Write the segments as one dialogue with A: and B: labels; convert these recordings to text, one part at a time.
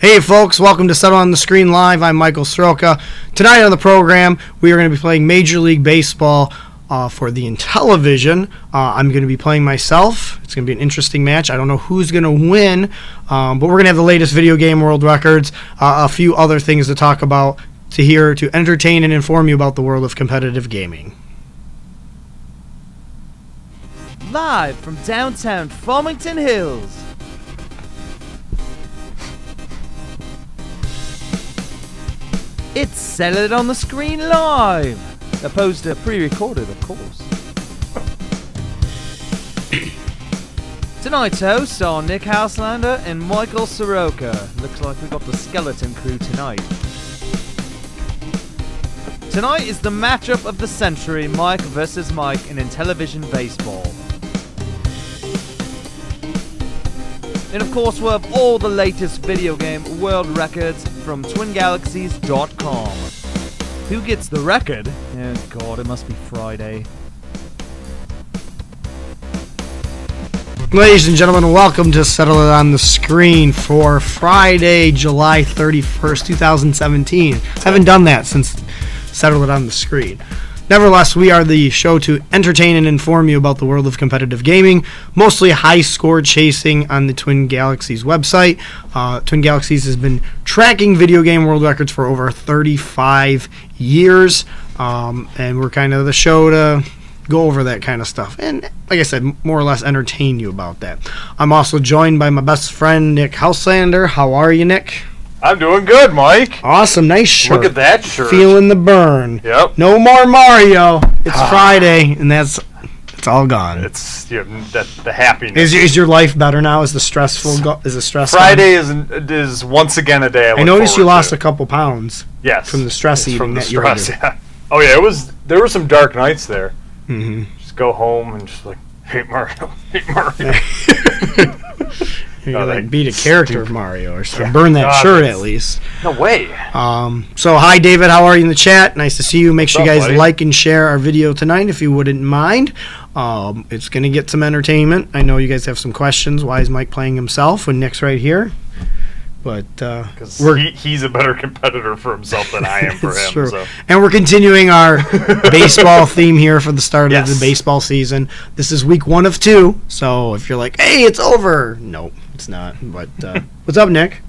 A: Hey, folks, welcome to Settle on the Screen Live. I'm Michael Soroka. Tonight on the program, we are going to be playing Major League Baseball uh, for the Intellivision. Uh, I'm going to be playing myself. It's going to be an interesting match. I don't know who's going to win, um, but we're going to have the latest video game world records, uh, a few other things to talk about, to hear, to entertain, and inform you about the world of competitive gaming.
B: Live from downtown Farmington Hills. It's Sell It on the Screen Live! Opposed to pre recorded, of course. Tonight's hosts are Nick Houselander and Michael Soroka. Looks like we've got the skeleton crew tonight. Tonight is the matchup of the century Mike versus Mike in Intellivision Baseball. And of course, we'll have all the latest video game world records from twingalaxies.com. Who gets the record? Oh god, it must be Friday.
A: Ladies and gentlemen, welcome to Settle It on the Screen for Friday, July 31st, 2017. Haven't done that since Settle It on the Screen. Nevertheless, we are the show to entertain and inform you about the world of competitive gaming, mostly high score chasing on the Twin Galaxies website. Uh, Twin Galaxies has been tracking video game world records for over 35 years, um, and we're kind of the show to go over that kind of stuff and like i said m- more or less entertain you about that i'm also joined by my best friend nick houselander how are you nick
C: I'm doing good, Mike.
A: awesome nice shirt
C: Look at that shirt.
A: feeling the burn
C: Yep.
A: no more mario it's
C: Ah.
A: friday and that's it's all gone
C: It's you know, that the happiness.
A: is, your- is your life better now is the stressful go- is the stress gone?
C: Friday is is once again a day. I,
A: i
C: look
A: noticed you
C: forward
A: lost
C: to.
A: a couple pounds
C: yes
A: from the stress
C: It's
A: eating
C: from the
A: that you were
C: stress,
A: under.
C: yeah. Oh yeah, it was. There were some dark nights there.
A: mm-hmm.
C: Just go home and just like hate Mario, hate Mario.
A: you're
C: Oh,
A: like
C: that
A: beat a character of mario or something burn that
C: God,
A: shirt
C: that's-
A: at least
C: no way.
A: Um, so, hi, David. How are you in the chat? Nice to see you. Make sure you
C: What's
A: guys
C: up, buddy?
A: like and share our video tonight if you wouldn't mind. Um, it's going to get some entertainment. I know you guys have some questions. Why is Mike playing himself when Nick's right here? But uh,
C: Because
A: we're
C: he, he's a better competitor for himself than I am for
A: It's
C: him.
A: true.
C: So
A: and we're continuing our baseball theme here for the start of
C: Yes.
A: the baseball season. This is week one of two. So if you're like, hey, it's over. No, it's not. But uh, what's up, Nick?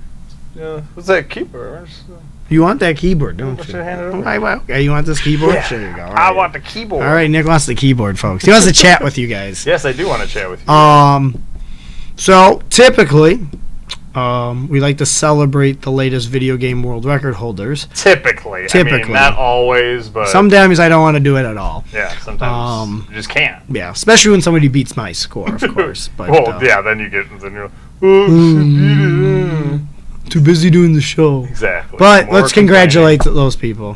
C: yeah, what's that keeper?
A: You want that keyboard, don't you?
C: I should hand it over.
A: Okay, well, okay, you want this keyboard?
C: Yeah.
A: Sure you go. All
C: I
A: right.
C: want the keyboard.
A: All right, Nick wants the keyboard, folks. He wants to chat with you guys.
C: Yes, I do want to chat with you.
A: Um, so typically, um, we like to celebrate the latest video game world record holders.
C: typically, I
A: typically.
C: mean, not always, but
A: Sometimes I don't want to do it at all.
C: yeah, sometimes
A: Um,
C: you just can't.
A: Yeah, especially when somebody beats my score, of course. But
C: well,
A: uh,
C: yeah, then you get then you're like, oh, she beat it.
A: too busy doing the show.
C: Exactly.
A: Hmm. But
C: More
A: let's congratulate those people.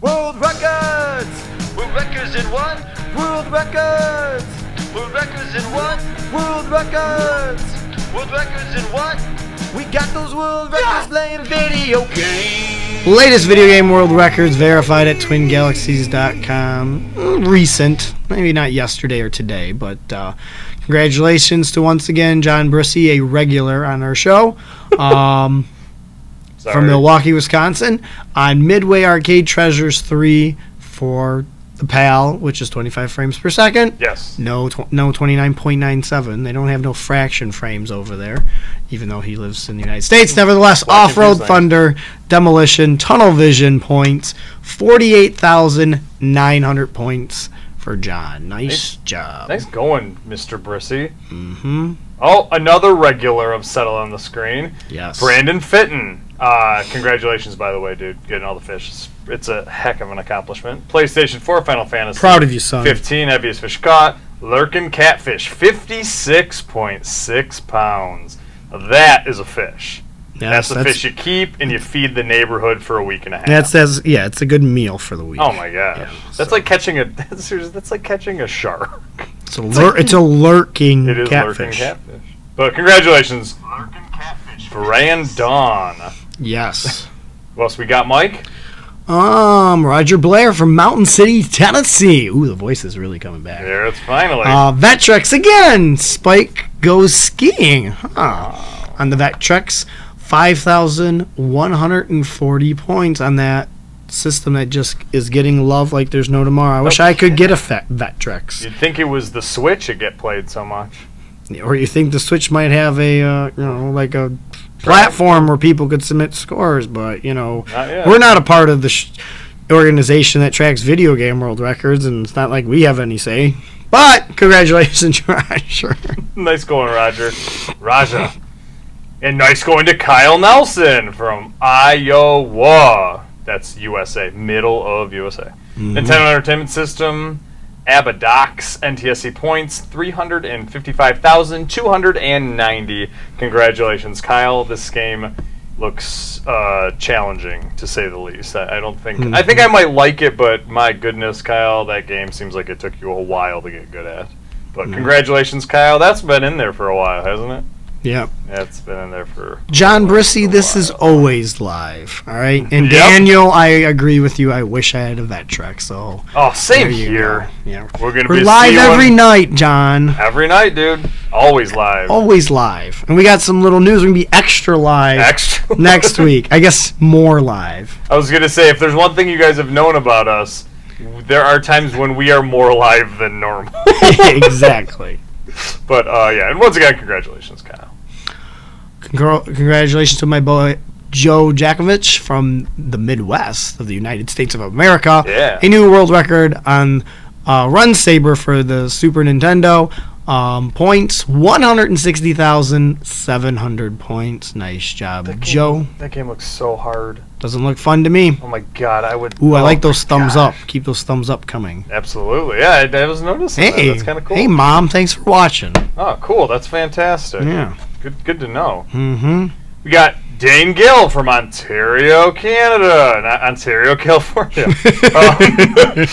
B: World Records! World Records in one! World Records! World Records in one! World Records! World Records in one! We got those World Records playing video games!
A: Latest video game world records verified at twingalaxies.com. Mm, Recent, maybe not yesterday or today, but uh, congratulations to once again John Brissy, a regular on our show um,
C: companion. Sorry.
A: from Milwaukee, Wisconsin, on Midway Arcade Treasures 3 for the PAL, which is 25 frames per second.
C: Yes.
A: No, tw- no, 29.97. They don't have no fraction frames over there, even though he lives in the United States. Nevertheless,
C: Why
A: Off Road
C: confuse things?
A: Thunder, Demolition, Tunnel Vision points, 48,900 points for John. Nice
C: Nice.
A: job.
C: Nice going, Mr. Brissy.
A: Mm-hmm.
C: Oh, another regular of Settle on the Screen,
A: Yes.
C: Brandon Fitton. Uh, congratulations, by the way, dude, getting all the fish. It's, it's a heck of an accomplishment. PlayStation 4, Final Fantasy.
A: Proud of you, son.
C: 15, heaviest fish caught. Lurkin catfish, 56.6 pounds. That is a fish.
A: Yes,
C: that's the fish you keep and you feed the neighborhood for a week and a half.
A: That's, that's, yeah, it's a good meal for the week.
C: Oh my gosh,
A: Yeah,
C: that's
A: so-
C: like catching a that's, that's like catching a shark.
A: It's a, lur- it's a lurking
C: It is lurking
A: Mm, catfish.
C: catfish. But congratulations, lurking catfish, Brandon.
A: Yes.
C: What else we got, Mike?
A: Um, Roger Blair from Mountain City, Tennessee. Ooh, the voice is really coming back.
C: There it's finally.
A: Uh, Vetrex again. Spike goes skiing huh? on the Vetrex 5,140 points on that system that just is getting love like there's no tomorrow. I wish I could get a Vet- Vetrex.
C: You'd think it was the Switch that get played so much.
A: Or you think the Switch might have a, uh, you know, like a platform where people could submit scores, but, you know,
C: Not yet.
A: we're not a part of the sh- organization that tracks video game world records, and it's not like we have any say. But congratulations, Roger.
C: Nice going, Roger. Raja. And nice going to Kyle Nelson from Iowa. That's USA, middle of USA. Nintendo Entertainment System, Abadox, NTSC points, 355,290. Congratulations, Kyle. This game looks uh, challenging, to say the least. I, I don't think. I think I might like it, but my goodness, Kyle, that game seems like it took you a while to get good at. But congratulations, Kyle. That's been in there for a while, hasn't it?
A: yep.
C: That's been in there for.
A: John Brissy, this is always live. All right. And
C: Yep.
A: Daniel, I agree with you. I wish I had a vet trek. So
C: Oh, same
A: there you
C: here.
A: go. Yeah.
C: We're gonna
A: We're
C: be
A: live
C: see you
A: every
C: on-
A: night, John.
C: every night, dude. Always live.
A: Always live. And we got some little news. We're going to be extra live
C: Extra.
A: next week. I guess more live.
C: I was gonna say if there's one thing you guys have known about us, there are times when we are more live than normal.
A: exactly.
C: but uh, yeah, and once again, congratulations, Kyle.
A: Congr- congratulations to my boy Joe Jakovich from the Midwest of the United States of America.
C: Yeah.
A: A new world record on uh, Run Saber for the Super Nintendo. Um, points 160,700 points. Nice job, Joe.
C: That game looks so hard.
A: Doesn't look fun to me.
C: Oh my god, I would.
A: Ooh, I
C: oh
A: like
C: my
A: those thumbs up.
C: gosh.
A: Keep those thumbs up coming.
C: Absolutely, yeah. I, I was noticing.
A: Hey,
C: that. that's kind of cool.
A: hey, mom. Thanks for watching.
C: oh, cool. That's fantastic.
A: Yeah.
C: Good, good to know.
A: Mm-hmm.
C: We got Dane Gill from Ontario, Canada, not Ontario, California. um, uh,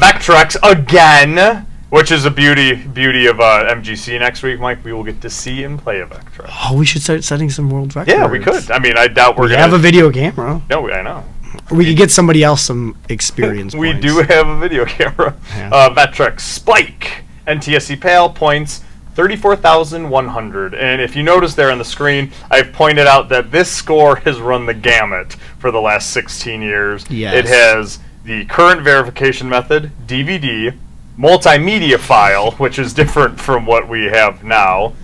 C: Vectrex again, which is a beauty beauty of uh, MGC next week, Mike. We will get to see and play a Vectrex.
A: Oh, we should start setting some world records.
C: Yeah, we could. I mean, I doubt we're
A: We
C: gonna
A: have a video camera.
C: no, we- I know.
A: We could get somebody else some experience.
C: We
A: points.
C: do have a video camera.
A: Yeah.
C: Uh, Vectrex Spike NTSC Pale points. 34,100. And if you notice there on the screen, I've pointed out that this score has run the gamut for the last 16 years.
A: Yes.
C: It has the current verification method, DVD, multimedia file, which is different from what we have now,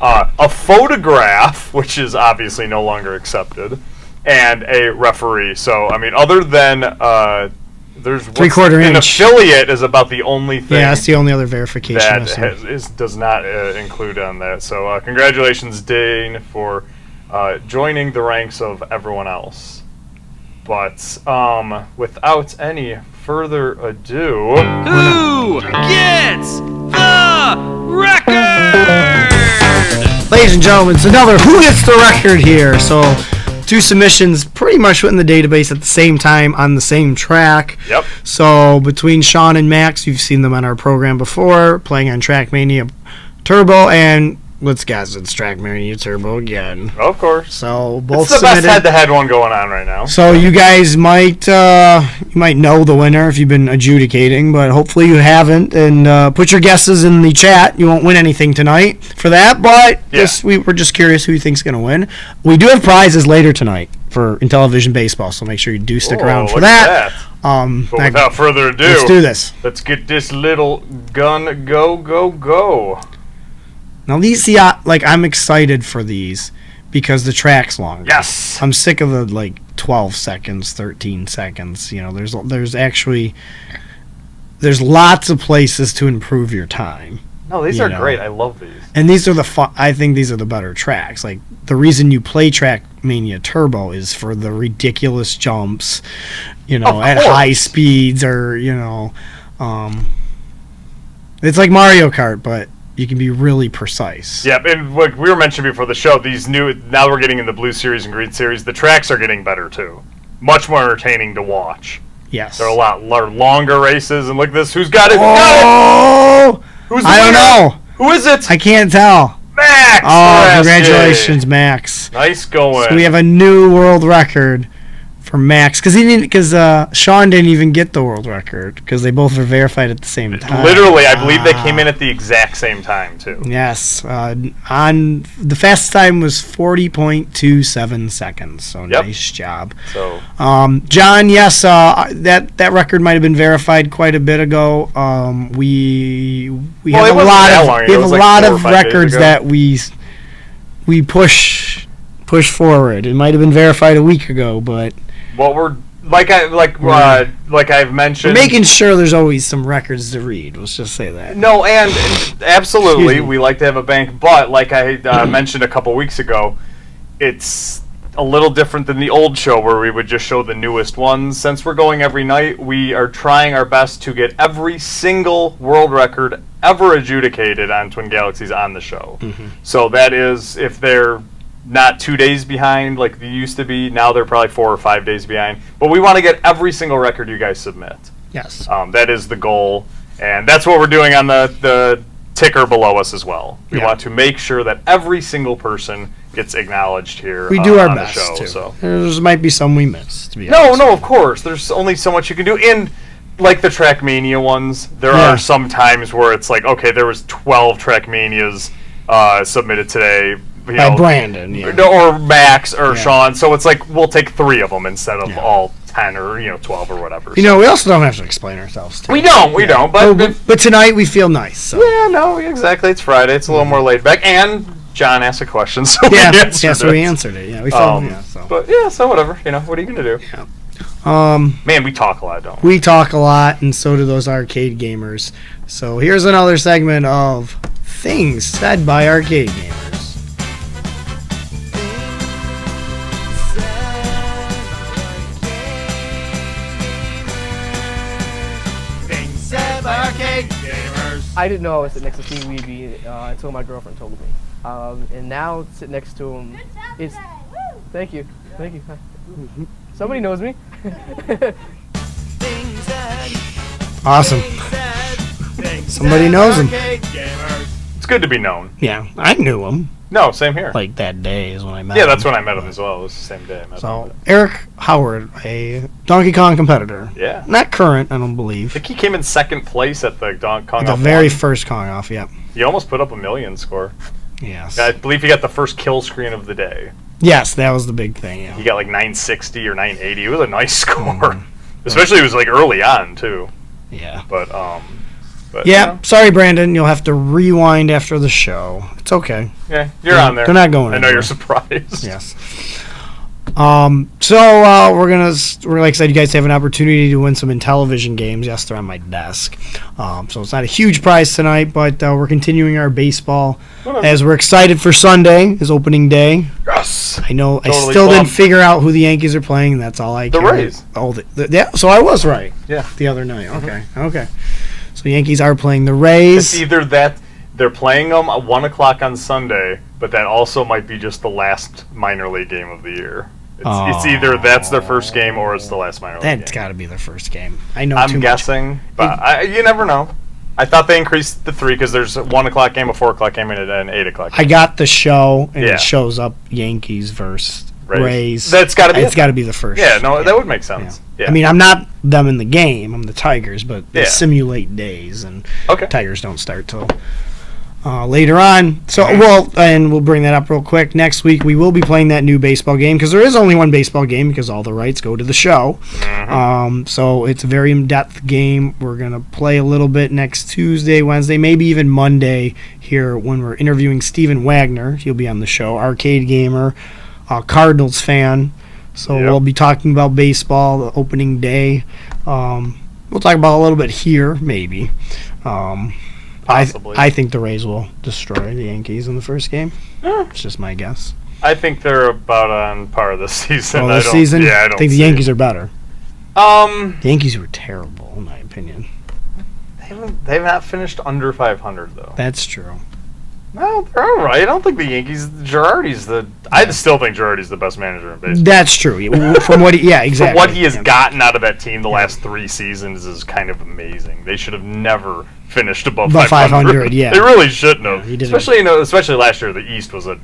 C: uh, a photograph, which is obviously no longer accepted, and a referee. So, I mean, other than. Uh, there's what's-
A: Three-quarter
C: an
A: inch.
C: affiliate is about the only thing
A: Yeah, that's the only other verification.
C: that
A: I've seen.
C: has, is, does not uh, include on that. So uh, congratulations, Dane, for uh, joining the ranks of everyone else. But um, without any further ado,
B: Who gets the record?
A: Ladies and gentlemen, it's another Who Gets the Record here. So, two submissions pretty much went in the database at the same time on the same track.
C: yep,
A: So, between Sean and Max, you've seen them on our program before, playing on Trackmania Turbo, and let's guys, it's Trackmania Turbo again.
C: of course,
A: So, both
C: it's the best
A: submitted.
C: head-to-head one going on right now.
A: So you guys might uh, you might know the winner if you've been adjudicating, but hopefully you haven't. And uh, put your guesses in the chat. You won't win anything tonight for that, but
C: Yeah.
A: just we, we're just curious who you think's going to win. We do have prizes later tonight for Intellivision baseball, so make sure you do stick
C: Whoa,
A: around for
C: Oh, look at
A: Oh, that. Um,
C: But
A: I-
C: without further ado,
A: let's do this.
C: let's get this little gun go go go.
A: Now these, yeah, like I'm excited for these because the track's longer.
C: Yes,
A: I'm sick of the like 12 seconds, 13 seconds. You know, there's there's actually there's lots of places to improve your time.
C: no, these
A: You
C: are
A: know.
C: great. I love these.
A: And these are the fun, I think these are the better tracks. Like the reason you play Trackmania Turbo is for the ridiculous jumps, you know,
C: Of
A: at
C: course.
A: high speeds or, you know, um it's like Mario Kart, but you can be really precise.
C: Yep, and like we were mentioning before the show, these new now we're getting in the blue series and green series. The tracks are getting better too, much more entertaining to watch.
A: Yes.
C: They're a lot lar- longer races, and look at this. Who's got it? Who's got it?
A: Oh!
C: Who's the
A: I don't
C: winner?
A: know.
C: Who is it?
A: I can't tell.
C: Max.
A: Oh,
C: Verstappen.
A: congratulations, Max.
C: Nice going.
A: So we have a new world record for Max because he didn't because uh, Sean didn't even get the world record because they both were verified at the same time.
C: Literally, I believe they came in
A: Ah.
C: at the exact same time too.
A: Yes, uh, on the fastest time was forty point two seven seconds. So
C: Yep.
A: nice job,
C: So
A: um, John. Yes, uh, that that record might have been verified quite a bit ago. Um, we we
C: Well, it
A: have a
C: wasn't
A: lot
C: that
A: of
C: long ago.
A: we
C: It
A: have a
C: was like
A: lot
C: four or
A: of
C: five days
A: records
C: ago.
A: that we s- we push push forward. It might have been verified a week ago, but
C: what we're like I like uh, like I've mentioned.
A: we're making sure there's always some records to read. Let's just say that.
C: No, and and absolutely,
A: Excuse me.
C: we like to have a bank, but like I uh, mentioned a couple weeks ago, it's a little different than the old show where we would just show the newest ones. Since we're going every night, we are trying our best to get every single world record ever adjudicated on Twin Galaxies on the show.
A: Mm-hmm.
C: So that is if they're not two days behind like they used to be. Now they're probably four or five days behind. But we want to get every single record you guys submit.
A: Yes.
C: Um, that is the goal, and that's what we're doing on the, the ticker below us as well. We
A: Yeah.
C: want to make sure that every single person gets acknowledged here.
A: We
C: uh,
A: do our
C: on
A: best
C: the show,
A: too.
C: So
A: There might be some we missed. To be
C: no,
A: honest.
C: no, of course. There's only so much you can do. And like the Trackmania ones, there
A: Yeah.
C: are some times where it's like, okay, there was 12 Trackmanias uh, submitted today. You
A: by
C: know,
A: Brandon. Yeah.
C: no, or Max
A: Yeah.
C: or Sean. So it's like we'll take three of them instead of
A: Yeah.
C: all 10 or you know 12 or whatever.
A: You know, we also don't have to explain ourselves. Too.
C: we don't, we don't. But
A: Oh,
C: if-
A: but, but tonight we feel nice. So.
C: Yeah, no, exactly. It's Friday. It's a little more laid back. And John asked a question, so
A: Yeah,
C: we
A: yeah,
C: answered
A: so we
C: it.
A: answered it. Yeah, we felt.
C: Um,
A: yeah, so.
C: But yeah, so whatever. You know, what are you gonna do?
A: um,
C: Man, we talk a lot, don't we?
A: we talk a lot, and so do those arcade gamers. So here's another segment of things said by arcade gamers.
D: I didn't know I was sitting next to Steve Weeby uh, until my girlfriend told me. Um, and now sitting next to him, it's thank you, thank you. Somebody knows me.
A: Awesome. Somebody knows him.
C: It's good to be known.
A: Yeah, I knew him.
C: No, same here.
A: Like um, that day is when I met.
C: yeah,
A: him.
C: that's when I met him as well. It was the same day I met him.
A: So Eric Howard, a Donkey Kong competitor,
C: Yeah. I
A: not current, I don't believe.
C: think he came in second place at the Donkey Kong.
A: The
C: Off
A: very
C: one.
A: first Kong off. Yep.
C: he almost put up a million score.
A: Yes.
C: I believe he got the first kill screen of the day.
A: Yes, that was the big thing.
C: He
A: Yeah.
C: got like 960 or 980. It was a nice
A: Mm-hmm.
C: score, especially it was like early on too.
A: Yeah.
C: But um, but
A: Yeah, sorry, Brandon. You'll have to rewind after the show. It's okay.
C: Yeah, you're
A: Yeah,
C: on there.
A: they're not going
C: I know
A: anywhere.
C: you're surprised.
A: Yes. Um. So uh, we're gonna s- we're like I said, you guys have an opportunity to win some Intellivision games. Yes, they're on my desk. Um. So it's not a huge prize tonight, but uh, we're continuing our baseball
C: Whatever.
A: as we're excited for Sunday is opening day.
C: Yes.
A: I know I
C: Totally
A: still didn't
C: bummed.
A: figure out who the Yankees are playing. That's all I.
C: The
A: care.
C: Rays.
A: Oh, the, the, yeah. So I was right.
C: Yeah. Mm-hmm.
A: The other night. Okay. Okay. So Yankees are playing the Rays.
C: It's either that they're playing them at one o'clock on Sunday, but that also might be just the last minor league game of the year. It's, it's either that's their first game or it's the last minor league
A: That's
C: game.
A: got to be their first game. I know too
C: I'm
A: much.
C: guessing, but I, you never know. I thought they increased the three because there's a one o'clock game, a four o'clock game, and an eight o'clock.
A: I
C: Game.
A: got the show, and
C: Yeah.
A: it shows up Yankees versus Rays.
C: Rays. That's gotta be
A: It's
C: it.
A: got to be the first.
C: yeah, no, that would make sense. Yeah.
A: I mean, I'm not them in the game. I'm the Tigers, but they
C: Yeah.
A: simulate days, and
C: okay.
A: Tigers don't start till uh, later on. So, well, and we'll bring that up real quick. Next week, we will be playing that new baseball game because there is only one baseball game because all the rights go to the show.
C: Mm-hmm.
A: Um, so it's a very in-depth game. We're gonna play a little bit next Tuesday, Wednesday, maybe even Monday here when we're interviewing Steven Wagner. He'll be on the show, arcade gamer, uh, Cardinals fan. So
C: Yep.
A: we'll be talking about baseball, the opening day. Um, we'll talk about a little bit here, maybe. Um, I,
C: Possibly.
A: I think the Rays will destroy the Yankees in the first game. It's just my guess.
C: I think they're about on par this season.
A: Well,
C: I
A: this
C: don't-
A: season,
C: yeah, I
A: I
C: don't
A: think the
C: see it.
A: Yankees are better.
C: Um,
A: The Yankees were terrible, in my opinion.
C: they haven't, they've not finished under 500 though.
A: That's true.
C: No, they're all right. I don't think the Yankees. Girardi's the. I still think Girardi's the best manager in baseball.
A: That's true. Yeah, From what, he, yeah, exactly.
C: But what he has
A: Yeah.
C: gotten out of that team the last three seasons is kind of amazing. They should have never finished above
A: Above
C: 500.
A: 500, yeah.
C: they really shouldn't
A: Yeah,
C: have.
A: he didn't.
C: especially you know, especially last year, the East was a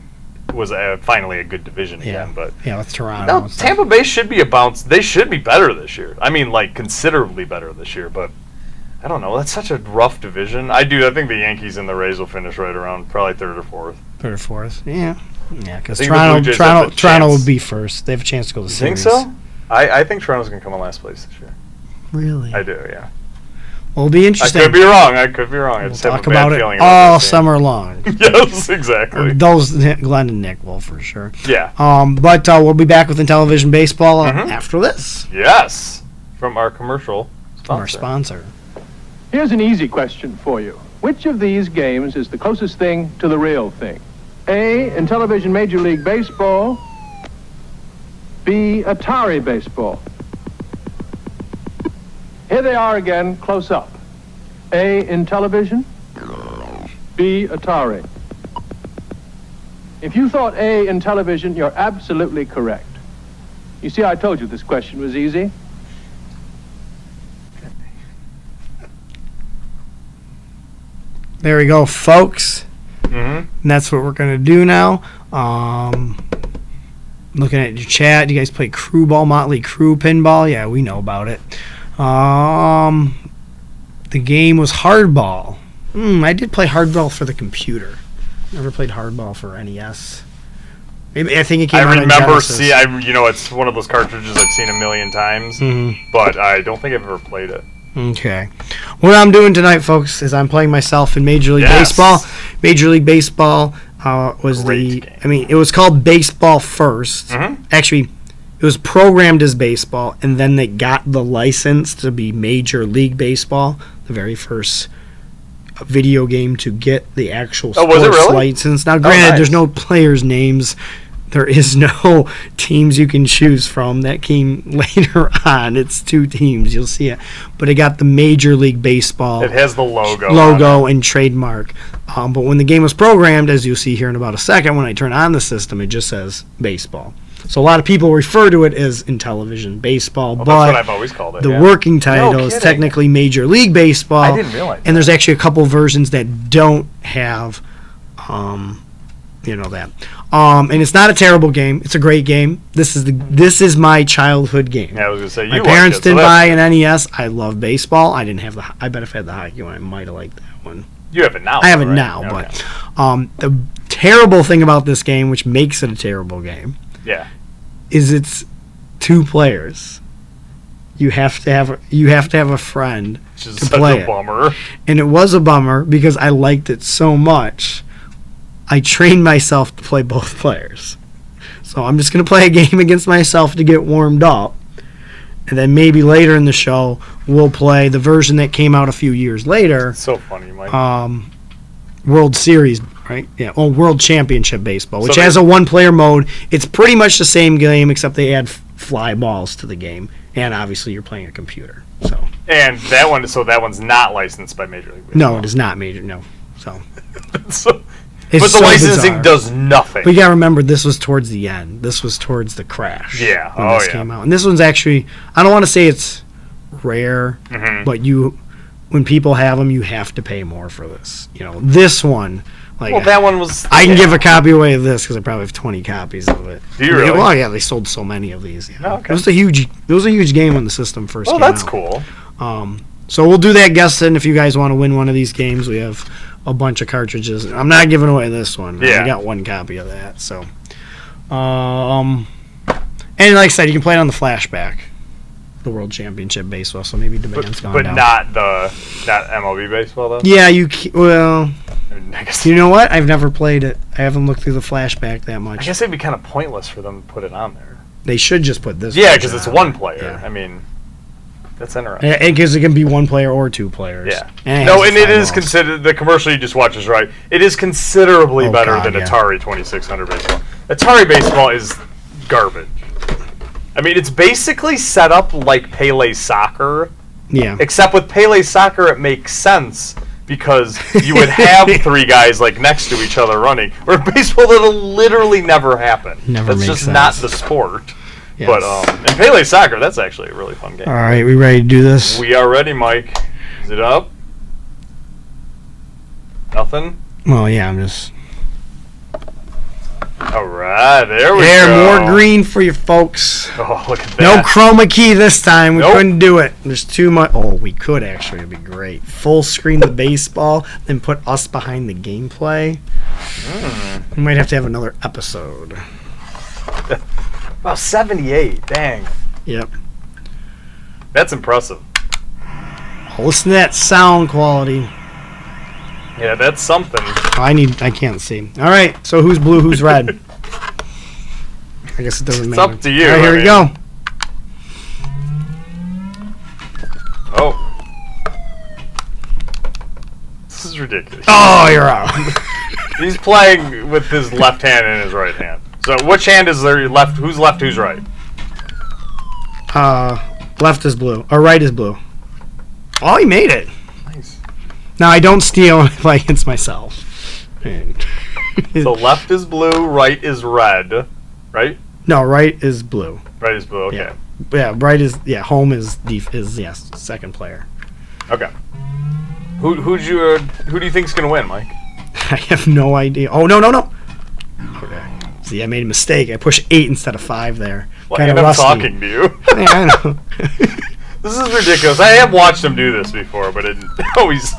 C: was uh finally a good division
A: Yeah,
C: again. But
A: yeah, with Toronto.
C: no,
A: and stuff.
C: Tampa Bay should be a bounce. They should be better this year. I mean, like considerably better this year. But I don't know. That's such a rough division. I do. I think the Yankees and the Rays will finish right around probably third or fourth.
A: third or fourth. Yeah, yeah, because
C: I think the Blue
A: Toronto,
C: Jays have
A: Toronto, Toronto
C: a chance.
A: will be first. They have a chance to go to the
C: You think
A: series.
C: so? I, I think Toronto's gonna come in last place this year.
A: Really?
C: I do. Yeah.
A: Well, it'll be
C: I
A: interesting.
C: could be wrong. I could be wrong. I
A: we'll
C: just have
A: talk
C: a bad
A: about it
C: feeling
A: all
C: about that
A: summer Um, long.
C: team. yes, exactly.
A: Those Glenn and Nick will for sure.
C: Yeah.
A: Um, but uh, we'll be back with Intellivision Baseball uh,
C: Mhm.
A: after this
C: Yes. From our commercial
A: from our
C: sponsor.
A: sponsor.
E: Here's an easy question for you. Which of these games is the closest thing to the real thing? A, in television Major League Baseball. B, Atari Baseball. Here they are again, close up. A, in television. B, Atari. If you thought A, in television, you're absolutely correct. You see, I told you this question was easy.
A: There we go, folks.
C: Mhm.
A: And that's what we're gonna do now. Um, looking at your chat, you guys play crew ball, Motley Crew pinball. Yeah, we know about it. Um, the game was hardball. Mm, I did play hardball for the computer. Never played hardball for NES. Maybe I think it came. out
C: I
A: on
C: remember
A: Genesis.
C: see I you know it's one of those cartridges I've seen a million times,
A: Mhm.
C: but I don't think I've ever played it.
A: Okay. What I'm doing tonight, folks, is I'm playing myself in Major League
C: Yes.
A: Baseball. Major League Baseball uh, was the.
C: Great game.
A: I mean, it was called Baseball 1st
C: Mhm.
A: Actually, it was programmed as baseball, and then they got the license to be Major League Baseball, the very first video game to get the actual
C: Oh, was it
A: sports
C: really? Oh,
A: license. Now, granted,
C: nice.
A: there's no players' names. There is no teams you can choose from. That came later on. It's two teams. You'll see it. But it got the Major League Baseball
C: It has the logo.
A: Oh.
C: on it.
A: logo and trademark. Um, but when the game was programmed, as you'll see here in about a second, when I turn on the system, it just says baseball. So a lot of people refer to it as Intellivision Baseball,
C: Well, that's
A: but
C: what I've always called it.
A: the
C: yeah.
A: working title is
C: kidding.
A: technically Major League Baseball.
C: I didn't realize
A: And there's actually a couple versions that don't have, um, you know that. Um, and it's not a terrible game. It's a great game. This is the this is my childhood game.
C: Yeah, I was gonna say
A: My
C: you
A: parents
C: watched it, so
A: didn't
C: that's-
A: buy an NES. I love baseball. I didn't have the. I bet if I had the hockey one, I might have liked that one.
C: You have it now.
A: I have it
C: right?
A: now,
C: Okay.
A: but um, the terrible thing about this game, which makes it a terrible game,
C: Yeah.
A: is it's two players. You have to have you have to have a friend,
C: which is
A: to
C: such
A: play
C: a
A: it.
C: bummer.
A: and it was a bummer because I liked it so much. I trained myself to play both players, so I'm just gonna play a game against myself to get warmed up, and then maybe later in the show we'll play the version that came out a few years later
C: It's so funny, Mike.
A: um, World Series, right? Yeah, oh, World Championship Baseball, which
C: So they-
A: has a one-player mode. It's pretty much the same game, except they add f- fly balls to the game, and obviously you're playing a computer. So
C: and that one, so that one's not licensed by Major League. Baseball.
A: no, it is not major. No, so
C: So,
A: it's
C: but the
A: so
C: licensing
A: bizarre.
C: does nothing.
A: But you gotta remember, this was towards the end. This was towards the crash.
C: Yeah,
A: When
C: oh
A: this
C: yeah.
A: came out, and this one's actually I don't want to say it's rare,
C: Mhm.
A: but you when people have them, you have to pay more for this. You know, this one. Like
C: well, that one was.
A: I can
C: yeah.
A: give a copy away of this because I probably have 20 copies of it.
C: Do you
A: Yeah,
C: really?
A: Well, yeah, they sold so many of these. Yeah.
C: Oh, okay.
A: It was a huge, it was a huge game when the system first.
C: Well,
A: came
C: that's
A: out.
C: cool.
A: Um, so we'll do that guessing if you guys want to win one of these games. We have a bunch of cartridges. I'm not giving away this one. I
C: Yeah.
A: got one copy of that. So, um, and like I said, you can play it on the flashback, the World Championship baseball. So maybe demand's
C: But,
A: gone
C: but
A: down.
C: not the not MLB baseball though.
A: Yeah, you ca- well,
C: I, mean, I guess
A: you know what? I've never played it. I haven't looked through the flashback that much.
C: I guess it'd be kind of pointless for them to put it on there.
A: They should just put this.
C: Yeah,
A: version
C: because it's
A: on.
C: one player.
A: Yeah.
C: I mean, that's interesting.
A: And because it can be one player or two players.
C: Yeah.
A: And it
C: no,
A: has
C: and
A: the
C: it
A: five
C: is
A: balls.
C: considered the commercial you just watched is right. It is considerably
A: Oh,
C: better
A: God,
C: than
A: yeah.
C: Atari 2600 baseball. Atari baseball is garbage. I mean, it's basically set up like Pele soccer,
A: Yeah.
C: except with Pele soccer, it makes sense because you would have three guys like next to each other running. Where baseball, that'll literally never happen.
A: Never
C: that's
A: makes
C: just not
A: sense.
C: the sport.
A: Yes.
C: But um, and Pele soccer, that's actually a really fun game.
A: All right, we ready to do this?
C: We are ready, Mike. Is it up? Nothing.
A: Well, yeah, I'm just.
C: All All right, there we
A: There,
C: go.
A: more green for you folks.
C: Oh, look at
A: No
C: that.
A: chroma key this time. We
C: Nope.
A: couldn't do it. There's too much. Oh, we could actually. It'd be great. Full screen the baseball, then put us behind the gameplay.
C: Hmm.
A: We might have to have another episode.
C: Wow, 78. Dang.
A: Yep.
C: That's impressive.
A: Oh, listen to that sound quality.
C: Yeah, that's something.
A: Oh, I need. I can't see. All right. So who's blue? Who's red? I guess it doesn't
C: It's
A: matter.
C: up to you,
A: All right, here
C: I
A: we
C: mean.
A: go.
C: Oh. This is ridiculous.
A: Oh, you're out.
C: He's playing with his left hand and his right hand. So which hand is there left? Who's left? Who's right?
A: Uh, left is blue. Or right is blue. Oh, he made it.
C: Nice.
A: Now I don't steal if I hits myself.
C: So left is blue, right is red, right?
A: no, right is blue.
C: Right is blue. Okay.
A: Yeah. Yeah, right is yeah. Home is def- is yes second player.
C: Okay. Who who'd you uh, who do you think's gonna win, Mike?
A: I have no idea. Oh no no no. Okay. See, I made a mistake. I pushed eight instead of five there.
C: Well,
A: Kinda
C: and I'm
A: rusty.
C: talking to you.
A: Yeah, I know.
C: this is ridiculous. I have watched him do this before, but it always.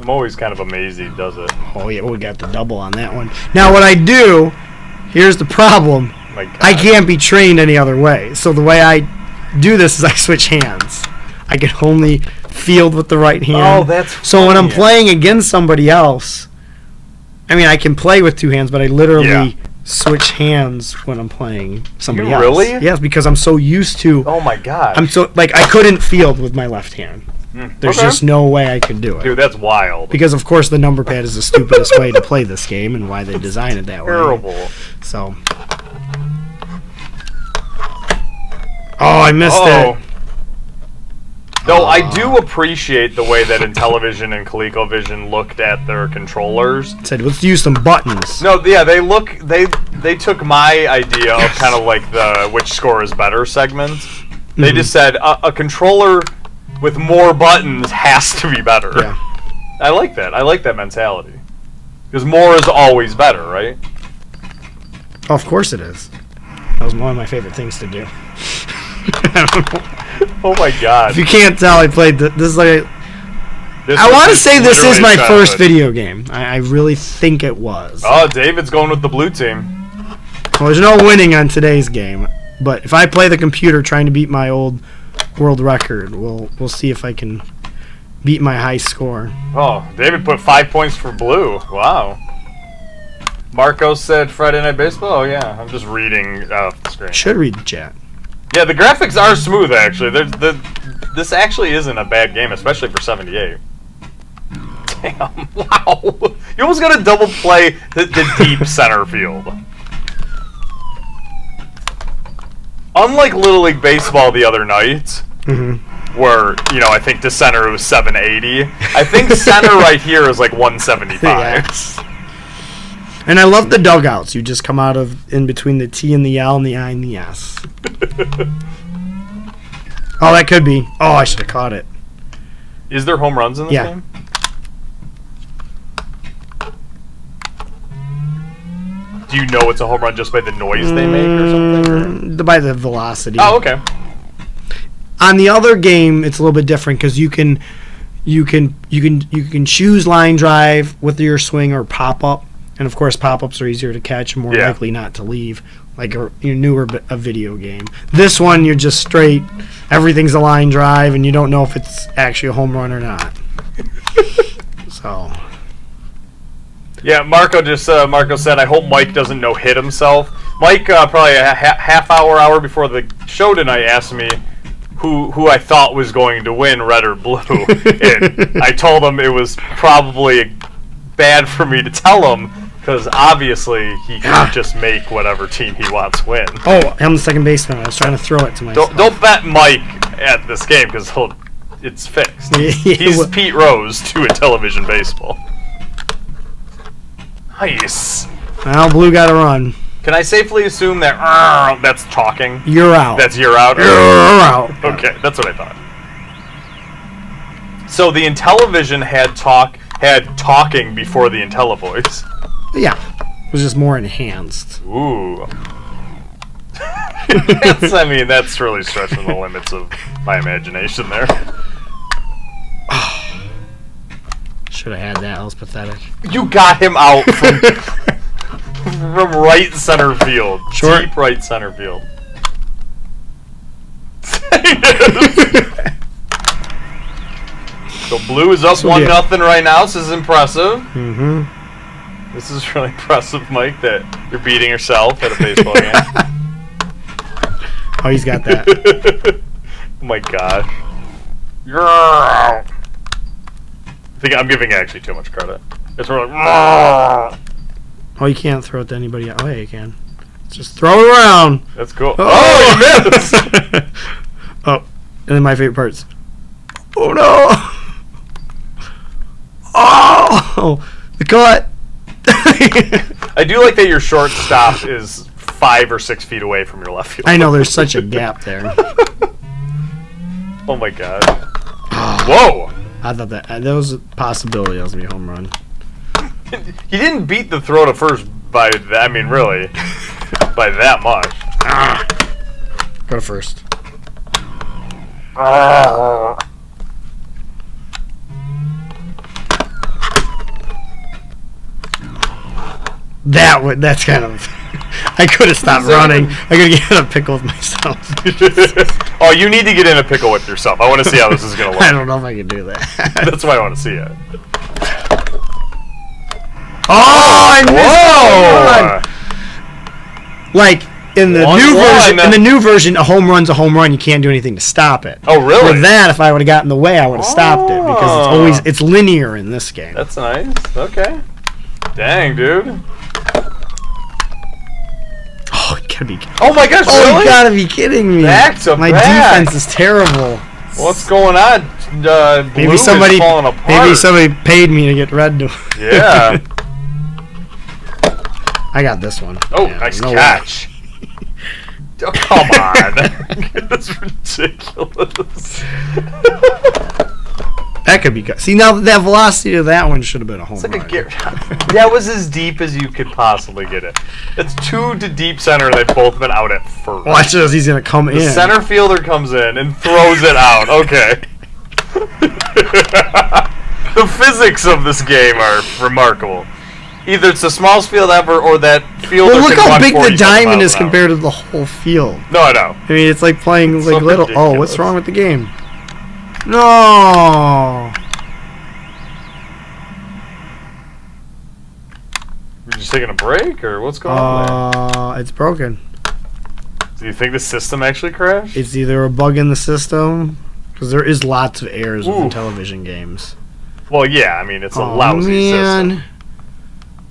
C: I'm always kind of amazed he does it.
A: oh yeah, we got the double on that one. Now what I do? Here's the problem.
C: My God.
A: I can't be trained any other way. So the way I do this is I switch hands. I can only field with the right hand.
C: Oh, that's
A: so when I'm
C: funny.
A: playing against somebody else. I mean, I can play with two hands, but I literally
C: Yeah.
A: switch hands when I'm playing somebody
C: You
A: else.
C: really?
A: Yes, because I'm so used to.
C: Oh my god.
A: I'm so like I couldn't field with my left hand. There's
C: Hmm. okay.
A: just no way I could do it.
C: Dude, that's wild.
A: Because of course the number pad is the stupidest way to play this game and why they designed it that way.
C: Terrible.
A: So. Oh, I missed
C: Oh.
A: it.
C: Though I
A: Ah.
C: do appreciate the way that Intellivision and ColecoVision looked at their controllers.
A: Said, let's use some buttons.
C: No, yeah, they look they they took my idea of kind of like the which score is better segment. They
A: Mm-hmm.
C: just said a, a controller with more buttons has to be better.
A: Yeah.
C: I like that. I like that mentality. Because more is always better, right?
A: Oh, of course it is. That was one of my favorite things to do. I don't know.
C: Oh my god.
A: If you can't tell, I played the, this. Is like
C: This
A: I
C: was
A: want to say this is
C: literally
A: my
C: childhood.
A: first video game. I, I really think it was.
C: Oh, David's going with the blue team.
A: Well, there's no winning on today's game, but if I play the computer trying to beat my old world record, we'll we'll see if I can beat my high score.
C: Oh, David put five points for blue. Wow. Marco said Friday Night Baseball. Oh, yeah, I'm just reading off the screen.
A: Should read the chat.
C: Yeah, the graphics are smooth actually. There's the this actually isn't a bad game, especially for 78. Damn! Wow, you almost got to double play the, the deep center field. Unlike Little League Baseball the other night,
A: Mhm.
C: where you know I think the center was 780. I think center right here is like 175.
A: And I love the dugouts. You just come out of in between the T and the L and the I and the S. oh, that could be. Oh, I should have caught it.
C: Is there home runs in this
A: Yeah.
C: game? Do you know it's a home run just by the noise they make or something? or-
A: Mm, the- by the velocity.
C: Oh, okay.
A: on the other game it's a little bit different because you can you can you can you can choose line drive with your swing or pop up and of course pop-ups are easier to catch and more
C: Yeah.
A: likely not to leave like a, your newer bi- a video game this one you're just straight everything's a line drive and you don't know if it's actually a home run or not so
C: Yeah, Marco just uh, Marco said, "I hope Mike doesn't no hit himself." Mike uh, probably a ha- half hour hour before the show tonight asked me who who I thought was going to win, red or blue, and I told him it was probably bad for me to tell him because obviously he can just make whatever team he wants win.
A: oh i'm the second baseman i was trying to throw it to myself
C: Don't, don't bet Mike at this game because he'll it's fixed.
A: Yeah,
C: He's
A: well-
C: Pete Rose to a television baseball. Nice.
A: well blue got to run
C: Can I safely assume that "Arr," that's talking?
A: you're out
C: That's your out.
A: you're out
C: Okay, that's what I thought. So the Intellivision had talk had talking before the Intellivoice.
A: yeah was just more enhanced.
C: Ooh. that's, I mean, that's really stretching the limits of my imagination there.
A: Should have had that. That was pathetic.
C: You got him out from, from right center field.
A: Sure.
C: Deep right center field. so blue is up
A: So,
C: one
A: yeah.
C: nothing right now. This is impressive.
A: mm-hmm.
C: This is really impressive, Mike, that you're beating yourself at a baseball game.
A: Oh, he's got that.
C: oh my gosh. Yeah. I think I'm giving actually too much credit. It's more like "Yeah."
A: oh, you can't throw it to anybody. else. Oh, yeah, you can. Just throw it around.
C: that's cool.
A: Oh,
C: Oh, you missed.
A: oh, and then my favorite parts. Oh no! Oh, the cut.
C: I do like that your shortstop is five or six feet away from your left field.
A: I know there's such a gap there.
C: Oh my god. Whoa!
A: I thought that uh, that was a possibility that was gonna be a home run.
C: He didn't beat the throw to first by that. I mean, really, by that much.
A: Go to first. That would that's kind of. I could have stopped running. I could have get in a pickle with myself.
C: oh, you need to get in a pickle with yourself. I want to see how this is gonna
A: I
C: look.
A: don't know if I can do that.
C: That's why I want to see it.
A: oh, I
C: Whoa!
A: missed Whoa! Like in the
C: One
A: new
C: run.
A: version, in the new version, a home run's a home run. You can't do anything to stop it.
C: Oh, really?
A: With that, if I would have gotten the way, I would have stopped it because it's
C: Oh.
A: always it's linear in this game.
C: That's nice. Okay. Dang, dude.
A: oh, you gotta be,
C: Oh my gosh,
A: oh,
C: really?
A: you gotta be kidding me!
C: Back to
A: My
C: back.
A: defense is terrible.
C: What's going on? Uh, blue
A: Maybe
C: is
A: somebody,
C: falling apart.
A: maybe somebody paid me to get red. To,
C: Yeah.
A: I got this one.
C: Oh,
A: Yeah,
C: nice
A: no way.
C: catch. Oh, come on. That's ridiculous.
A: That could be good. See now that velocity of that one should have been a home
C: It's like
A: run.
C: a gear. That was as deep as you could possibly get it. It's two to deep center, and they've both been out at first.
A: Watch this. He's gonna come
C: The
A: in.
C: center fielder comes in and throws it out. Okay. the physics of this game are remarkable. Either it's the smallest field ever, or that field.
A: Well, look how big the diamond is compared to the whole field.
C: No, I know.
A: I mean, it's like playing like
C: so
A: little. Oh,
C: ridiculous.
A: what's wrong with the game? No.
C: We're just taking a break, or what's going on? There?
A: Uh, it's broken.
C: Do you think the system actually crashed?
A: It's either a bug in the system, because there is lots of errors
C: Ooh.
A: within television games.
C: well, yeah. I mean, it's a
A: Oh,
C: lousy system.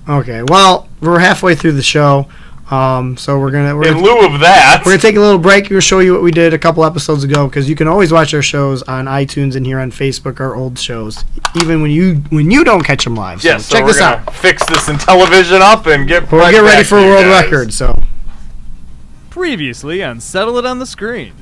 A: Okay, well, we're halfway through the show, um, so we're gonna we're
C: In
A: gonna,
C: lieu of that,
A: we're gonna take a little break. We'll show you what we did a couple episodes ago, because you can always watch our shows on iTunes and here on Facebook, our old shows, even when you when you don't catch them live. So
C: yeah, so
A: check
C: we're
A: this
C: gonna
A: out.
C: fix this in television up and get
A: We'll
C: right
A: get ready
C: back
A: for
C: to
A: a
C: you
A: world
C: guys.
A: record. So.
F: Previously on Settle It on the Screen.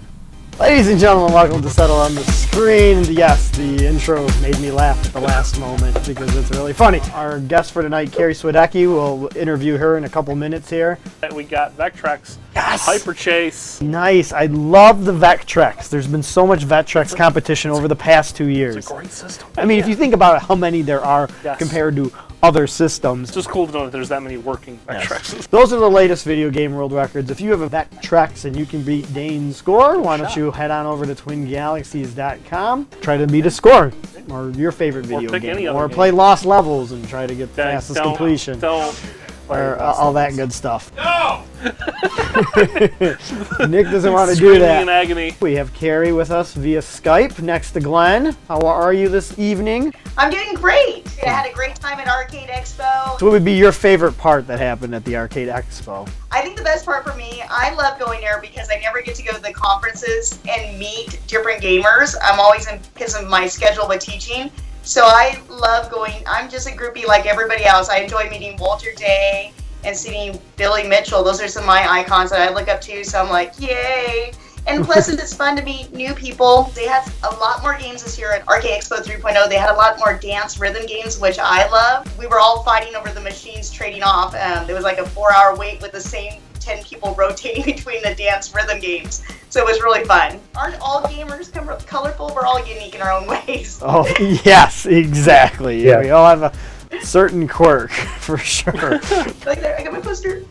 A: Ladies and gentlemen, welcome to Settle on the Screen. And yes, the intro made me laugh at the last moment because it's really funny. Our guest for tonight, Carrie Swidecki, we'll interview her in a couple minutes here.
G: And we got Vectrex, Hyperchase.
A: Nice. I love the Vectrex. There's been so much Vectrex competition over the past two years.
G: Great system.
A: I mean, if you think about how many there are
G: Yes.
A: compared to other systems,
G: It's just cool to know that there's that many working Vectrexes.
A: those are the latest video game world records. If you have a Vectrex and you can beat Dane's score, why don't you head on over to twingalaxies.com, try to beat a score or your favorite video
G: pick
A: game,
G: any other
A: or
G: game.
A: play Lost Levels and try to get
G: Like,
A: fastest
G: don't-
A: completion.
G: Don't.
A: or uh, all that good stuff. No! Nick doesn't want to do
G: Screaming in
A: that.
G: agony.
A: We have Carrie with us via Skype next to Glenn. How are you this evening?
H: I'm doing great. I had a great time at Arcade Expo.
A: What would be your favorite part that happened at the Arcade Expo?
H: I think the best part for me, I love going there because I never get to go to the conferences and meet different gamers. I'm always in because of my schedule with teaching. So I love going. I'm just a groupie like everybody else. I enjoy meeting Walter Day and seeing Billy Mitchell. Those are some of my icons that I look up to. So I'm like, yay. And plus, it's fun to meet new people. They had a lot more games this year at Arcade Expo 3.0. They had a lot more dance rhythm games, which I love. We were all fighting over the machines trading off. Um, there was like a four hour wait with the same 10 people rotating between the dance rhythm games. So it was really fun. Aren't all gamers com- colorful? We're all unique in our own ways.
F: Oh, yes, exactly. Yeah. We all have a certain quirk, for sure.
H: Like, there, I got my poster.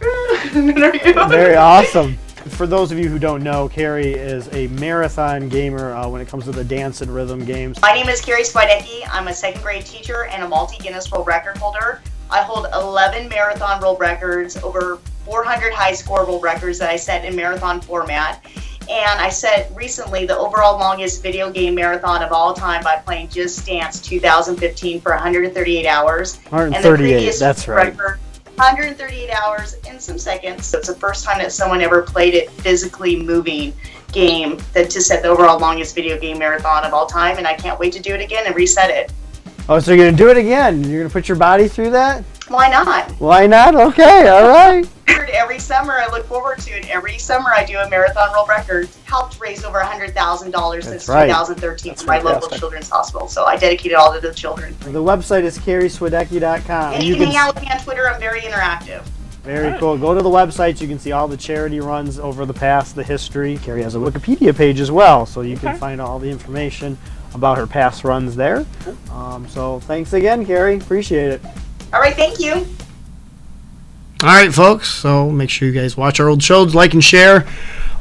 H: There we go.
F: Very awesome. For those of you who don't know, Carrie is a marathon gamer uh, when it comes to the dance and rhythm games.
H: My name is Carrie Swidecki. I'm a second grade teacher and a multi Guinness World Record holder. I hold 11 marathon world records, over 400 high score world records that I set in marathon format. And I set recently the overall longest video game marathon of all time by playing Just Dance 2015 for 138 hours. And the
F: 138,
H: previous
F: that's right.
H: record, 138 hours and some seconds. So it's the first time that someone ever played it physically moving game that to set the overall longest video game marathon of all time. And I can't wait to do it again and reset it.
F: Oh, so you're going to do it again? You're going to put your body through that?
H: Why not?
F: Why not? Okay, all right.
H: Every summer, I look forward to it. Every summer, I do a marathon world record. Helped raise over $100,000 since
F: right.
H: 2013 to my local
F: fantastic.
H: children's hospital. So I dedicate it all to the children.
F: The website is carrieswedecki.com.
H: And you, can, hang out with me on Twitter. I'm very interactive.
F: Very cool. Go to the website. You can see all the charity runs over the past, the history. Carrie has a Wikipedia page as well, so you can find all the information about her past runs there. Um, so thanks again, Carrie. Appreciate it.
H: All right, thank you.
A: All right, folks. So make sure you guys watch our old shows, like and share,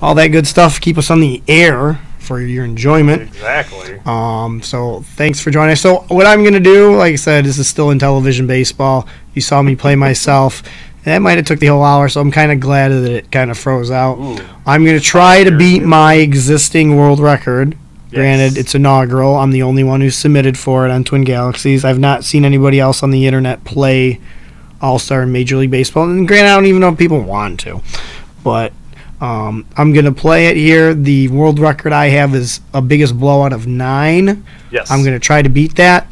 A: all that good stuff. Keep us on the air for your enjoyment.
C: Exactly.
A: Um, so thanks for joining us. So what I'm gonna do, like I said, this is still in television baseball. You saw me play myself. and That might have took the whole hour, so I'm kind of glad that it kind of froze out. I'm gonna try to beat my existing world record. Granted, it's inaugural. I'm the only one who submitted for it on Twin Galaxies. I've not seen anybody else on the internet play All Star in Major League Baseball. And granted, I don't even know if people want to. But um, I'm going to play it here. The world record I have is a biggest blowout of nine.
C: Yes.
A: I'm going to try to beat that.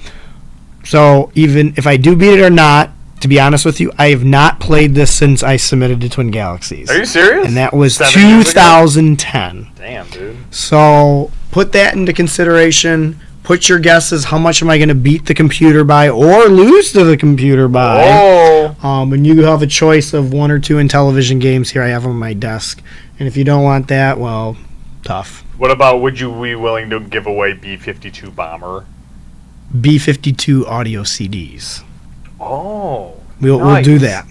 A: So even if I do beat it or not, to be honest with you, I have not played this since I submitted to Twin Galaxies.
C: Are you serious?
A: And that was
C: Seven years ago?
A: 2010.
C: Damn, dude.
A: So put that into consideration. Put your guesses. How much am I going to beat the computer by or lose to the computer by?
C: Oh,
A: Um, and you have a choice of one or two in television games. Here I have on my desk. And if you don't want that, well, tough.
C: what about would you be willing to give away B fifty two bomber?
A: B fifty two audio CDs.
C: Oh,
A: We'll we'll do
C: Nice.
A: that.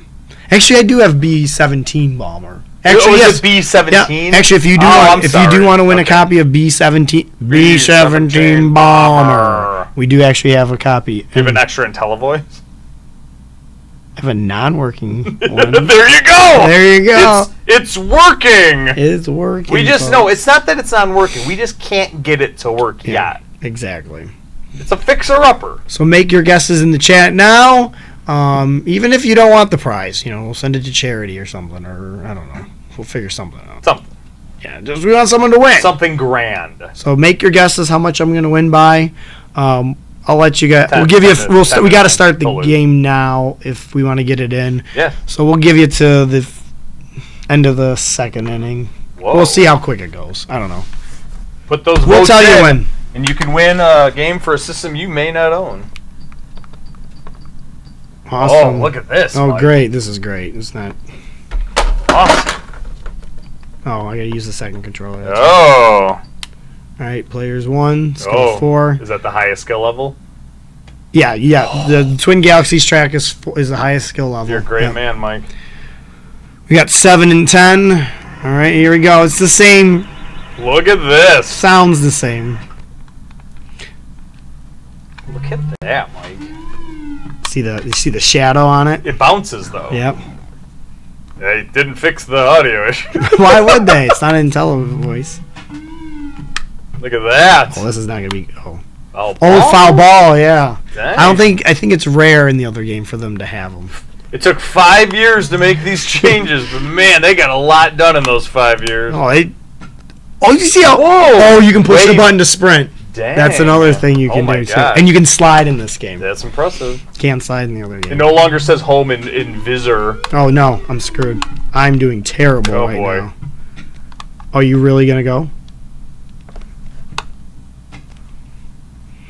A: Actually, I do have B seventeen bomber. Actually,
C: Oh, it
A: yes.
C: was B
A: Yeah,
C: seventeen.
A: actually, if you do
C: Oh, I'm
A: want, if you do
C: sorry.
A: want to win a
C: Okay.
A: copy of B seventeen B seventeen
C: B17
A: bomber,
C: Bomber.
A: we do actually have a copy.
C: you have an extra in televoice.
A: I have a non-working one.
C: there you go.
A: there you go.
C: It's, it's working.
A: It's working.
C: we just
A: folks.
C: know it's not that it's not working. We just can't get it to work
A: Yeah.
C: yet.
A: exactly.
C: It's a fixer upper.
A: So make your guesses in the chat now. Um, even if you don't want the prize, you know, we'll send it to charity or something, or I don't know. We'll figure something out.
C: Something.
A: Yeah, just we want someone to win.
C: Something grand.
A: So make your guesses how much I'm going to win by. Um, I'll let you guys.
C: Ten-
A: We'll give you.
C: ten to-
A: We'll.
C: ten
A: St- we
C: to
A: got to
C: ten
A: start the
C: to lose.
A: game now if we want to get it in.
C: Yeah.
A: So we'll give you to the f- end of the second inning.
C: Whoa.
A: We'll see how quick it goes. I don't know.
C: Put those.
A: We'll
C: votes
A: tell you
C: in,
A: when.
C: and you can win a game for a system you may not own.
A: Awesome.
C: Oh, look at this.
A: Oh,
C: Mike.
A: great. This is great. It's not.
C: Awesome.
A: Oh, I gotta use the second controller. That's-
C: Oh.
A: All right, players one, skill
C: Oh.
A: four.
C: Is that the highest skill level?
A: Yeah, yeah. The Twin Galaxies track is fo- is the highest skill level.
C: Oh. You're a great
A: Yep.
C: man, Mike.
A: We got seven and ten. All right, here we go. It's the same.
C: Look at this.
A: Sounds the same.
C: Look at that, Mike.
A: See the you see the shadow on it.
C: It bounces though.
A: Yep.
C: They didn't fix the audio issue.
A: Why would they? It's not in televoice.
C: Look at that.
A: Well, this is not gonna be. Oh,
C: Oh,
A: oh, foul ball. Yeah.
C: dang.
A: I don't think I think it's rare in the other game for them to have them.
C: It took five years to make these changes, but man, they got a lot done in those five years.
A: Oh, it. Oh, you see how?
C: Whoa.
A: Oh, you can push the
C: Wait.
A: button to sprint.
C: Dang.
A: That's another thing you
C: Oh
A: can
C: my
A: do too.
C: God.
A: And you can slide in this game.
C: That's impressive.
A: Can't slide in the other
C: It
A: game.
C: no longer says home in, in visor.
A: Oh no, I'm screwed. I'm doing terrible
C: Oh,
A: right
C: boy.
A: now. Are you really gonna go?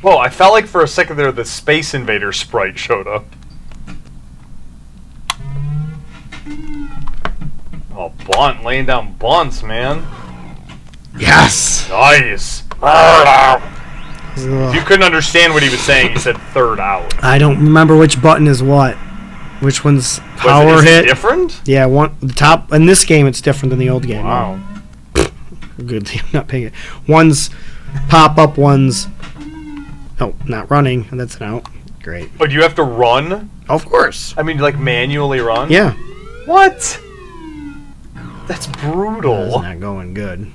C: Whoa, I felt like for a second there the Space Invader sprite showed up. Oh, bunt, laying down bunts, man.
A: Yes.
C: Nice. Third out. If
A: Ugh.
C: you couldn't understand what he was saying, he said third out.
A: I don't remember which button is what. Which one's
C: Was
A: power
C: it, is
A: hit?
C: It different?
A: Yeah, one the top in this game it's different than the old game.
C: Wow.
A: Good thing I'm not paying it. One's pop up, one's oh, not running, and that's an out. Great.
C: But Oh, do you have to run?
A: Of course.
C: I mean, like manually run?
A: Yeah.
C: What? That's
A: It's
C: brutal.
A: not going good.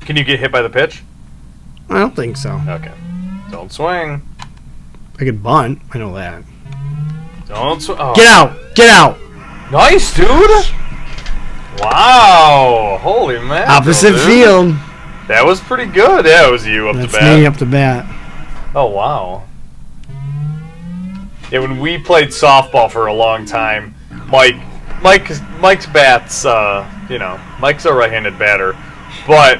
C: Can you get hit by the pitch?
A: I don't think so.
C: Okay. Don't swing.
A: I could bunt. I know that.
C: Don't swing. Oh.
A: Get out! Get out!
C: Nice, dude. Wow. Holy man.
A: Opposite field.
C: That was pretty good. Yeah, it was you up
A: That's
C: the bat.
A: me up the bat.
C: Oh wow. Yeah, when we played softball for a long time, Mike, Mike, Mike's bats. Uh, you know, Mike's a right-handed batter, but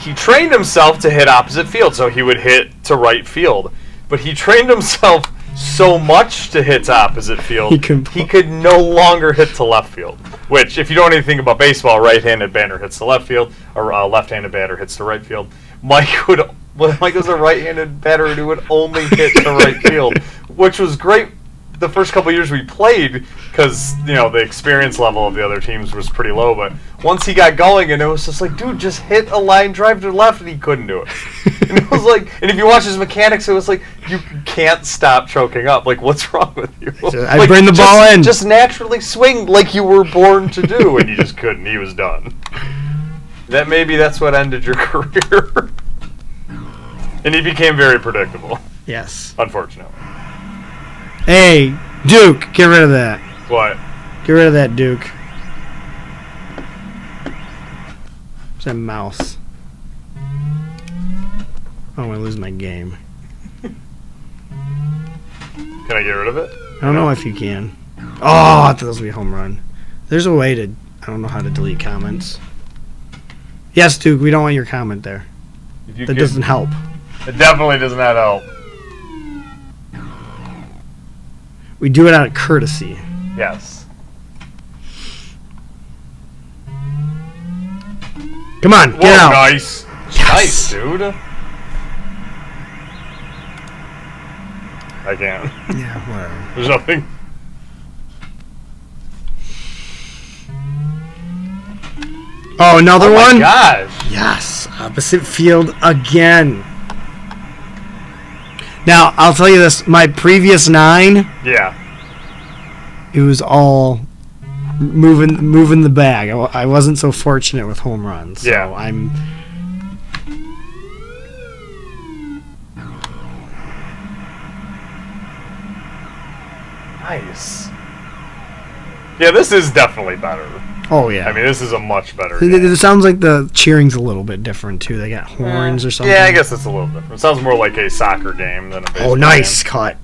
C: he trained himself to hit opposite field, so he would hit to right field. But he trained himself so much to hit to opposite field,
A: He couldn't-
C: he could no longer hit to left field. Which, if you don't know anything about baseball, right-handed batter hits to left field, or uh, left-handed batter hits to right field. Mike would, well, Mike was a right-handed batter who would only hit to right field, which was great. The first couple years we played, because you know the experience level of the other teams was pretty low. But once he got going, and it was just like, dude, just hit a line drive to left, and he couldn't do it. And it was like, and if you watch his mechanics, it was like you can't stop choking up. Like, what's wrong with you?
A: I
C: Like,
A: bring the
C: just-
A: ball in.
C: Just naturally swing like you were born to do, and you just couldn't. He was done. That maybe that's what ended your career. and he became very predictable,
A: Yes.
C: unfortunately.
A: Hey, Duke, get rid of that.
C: What?
A: Get rid of that Duke. It's that mouse. Oh, I'm gonna lose my game.
C: Can I get rid of it?
A: I don't know if you can. Oh, I thought this would be a home run. There's a way to. I don't know how to delete comments. Yes, Duke, we don't want your comment there.
C: If you
A: That
C: can-
A: doesn't help.
C: it definitely does not help.
A: We do it out of courtesy.
C: Yes.
A: Come on, get
C: Whoa,
A: out.
C: nice. Nice,
A: Yes.
C: dude. I can't.
A: Yeah, whatever.
C: There's nothing.
A: Oh, another
C: Oh
A: one.
C: my gosh.
A: Yes, opposite field again. Now, I'll tell you this my previous nine,
C: Yeah.
A: it was all moving moving the bag. I, wa- I wasn't so fortunate with home runs. so
C: Yeah.
A: I'm.
C: Nice. Yeah, this is definitely better.
A: Oh, yeah.
C: I mean, this is a much better.
A: It- it,
C: game.
A: it sounds like the cheering's a little bit different, too. They got horns or something.
C: Yeah, I guess it's a little different. It sounds more like a soccer game than a baseball
A: Oh, nice cut.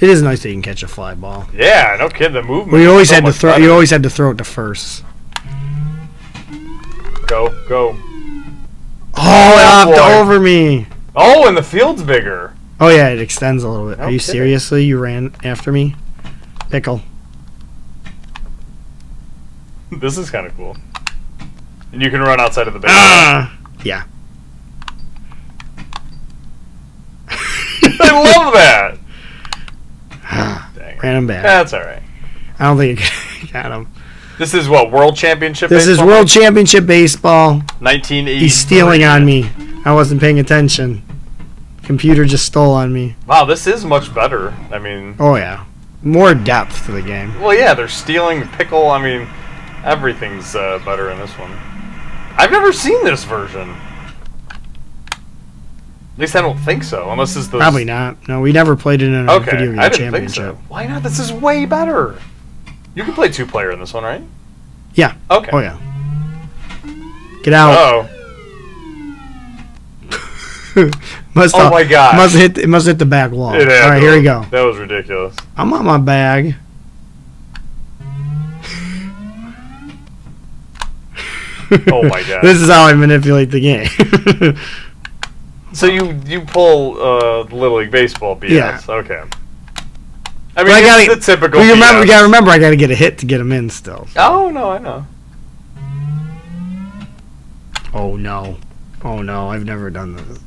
A: It is nice that you can catch a fly ball.
C: game. Yeah, no kidding. The movement.
A: Well, you
C: is
A: always
C: so
A: had to
C: much
A: throw.
C: better.
A: You always had to throw it to first.
C: go, go.
A: Oh, it hopped
C: boy.
A: over me.
C: Oh, and the field's bigger.
A: Oh yeah, it extends a little bit.
C: No
A: Are you
C: kidding.
A: seriously? You ran after me, pickle.
C: This is kind of cool. And you can run outside of the base.
A: Ah. Yeah.
C: I love that. Dang it.
A: Ah. Ran him back.
C: That's all right.
A: I don't think I got him.
C: This is what world championship.
A: This is
C: baseball?
A: World Championship Baseball.
C: 1980.
A: He's stealing on me. I wasn't paying attention. Computer just stole on me.
C: Wow, this is much better. I mean,
A: Oh yeah, more depth to the game.
C: well, yeah, they're stealing the pickle. I mean, everything's uh, better in this one. I've never seen this version. At least I don't think so. Unless it's the
A: Probably not. No, we never played it in a
C: Okay,
A: video game
C: I didn't think
A: championship.
C: so. Why not? This is way better. You can play two player in this one, right?
A: Yeah.
C: Okay.
A: Oh yeah. Get out.
C: Oh.
A: must
C: Oh my gosh.
A: Must hit it must hit the back wall.
C: It had
A: Oh. All right, here
C: to-
A: we go.
C: That was ridiculous.
A: I'm on my bag.
C: Oh my God.
A: this is how I manipulate the game.
C: So you you pull uh, Little League baseball BS?
A: Yeah.
C: Okay. I
A: But
C: mean,
A: I
C: it's
A: gotta-
C: the typical.
A: we remember,
C: BS.
A: we gotta remember, I gotta get a hit to get him in still.
C: Oh no, I know.
A: Oh no, oh no, I've never done this.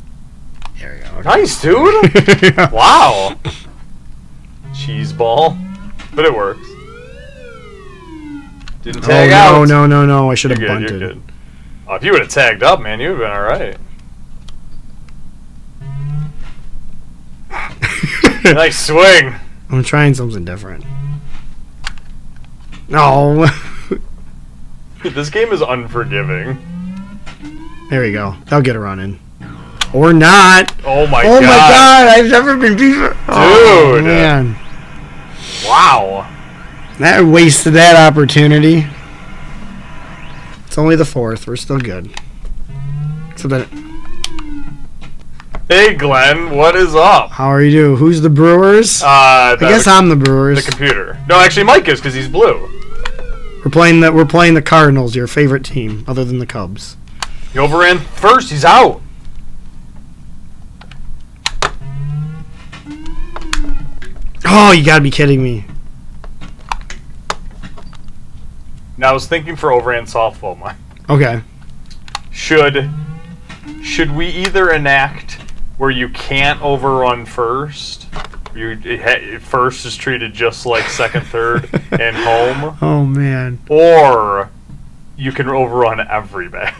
A: There we go.
C: Nice, dude.
A: Okay.
C: wow. Cheese ball, but it works. Didn't
A: Oh
C: tag out.
A: no, no, no, no! I should
C: You're
A: have
C: good.
A: bunted.
C: You're good. Oh, if you would have tagged up, man, you would have been all right. nice swing.
A: I'm trying something different. No,
C: This game is unforgiving.
A: there we go. That'll get a run in, or not.
C: Oh my
A: oh
C: god.
A: my god! I've never been beat. Dude, oh,
C: Dude.
A: man,
C: Wow.
A: that wasted that opportunity. It's only the fourth. We're still good. Except that
C: Hey, Glenn, what is up?
A: How are you? do? Who's the Brewers?
C: Uh, the,
A: I guess I'm the
C: the
A: Brewers.
C: computer. No, actually, Mike is because he's blue.
A: we're playing the we're playing the Cardinals, your favorite team, other than the Cubs.
C: He overran first. He's out.
A: Oh, you gotta be kidding me!
C: Now I was thinking for overhand softball, Mike.
A: Okay,
C: Should should we either enact where you can't overrun first? You it ha- first is treated just like second, third, and home,
A: Oh man,
C: or you can overrun every bag.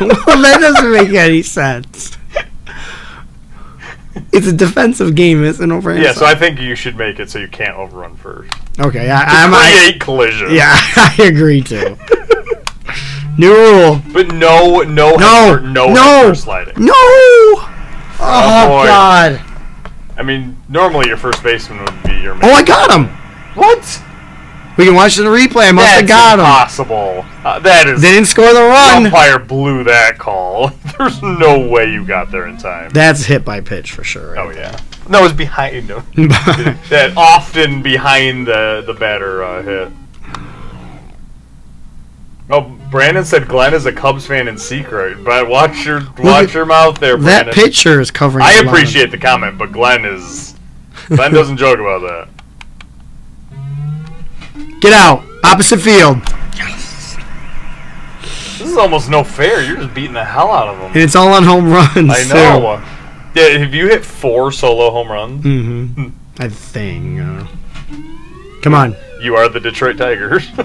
A: well, that doesn't make any sense. It's a defensive game, it's an overhand.
C: yeah, so I
A: side.
C: think you should make it so you can't overrun first.
A: okay, I, I'm, I
C: Create collision.
A: yeah, I agree too. New rule.
C: But no,
A: No,
C: no, header, no,
A: no.
C: header sliding.
A: No. Oh,
C: boy.
A: God.
C: I mean, normally your first baseman would be your.
A: Oh,
C: man.
A: I got him.
C: What?
A: We can watch the replay. I must
C: That's
A: have got him.
C: impossible. Uh, that is.
A: They didn't score the
C: the
A: run.
C: umpire blew that call. There's no way you got there in time.
A: That's hit by pitch for sure.
C: oh yeah. No, it was behind him.
A: yeah.
C: that often behind the the batter uh, hit. Oh, Brandon said Glenn is a Cubs fan in secret, but watch your watch
A: at-
C: your mouth there, Brandon.
A: that pitcher is covering.
C: I
A: the line.
C: appreciate the comment, but Glenn is Glenn doesn't joke about that.
A: Get out. Opposite field.
C: This is almost no fair. You're just beating the hell out of him.
A: And it's all on home runs.
C: I know. Yeah, have you hit four solo home runs?
A: Mm-hmm. I think. uh, come on.
C: You are the Detroit Tigers.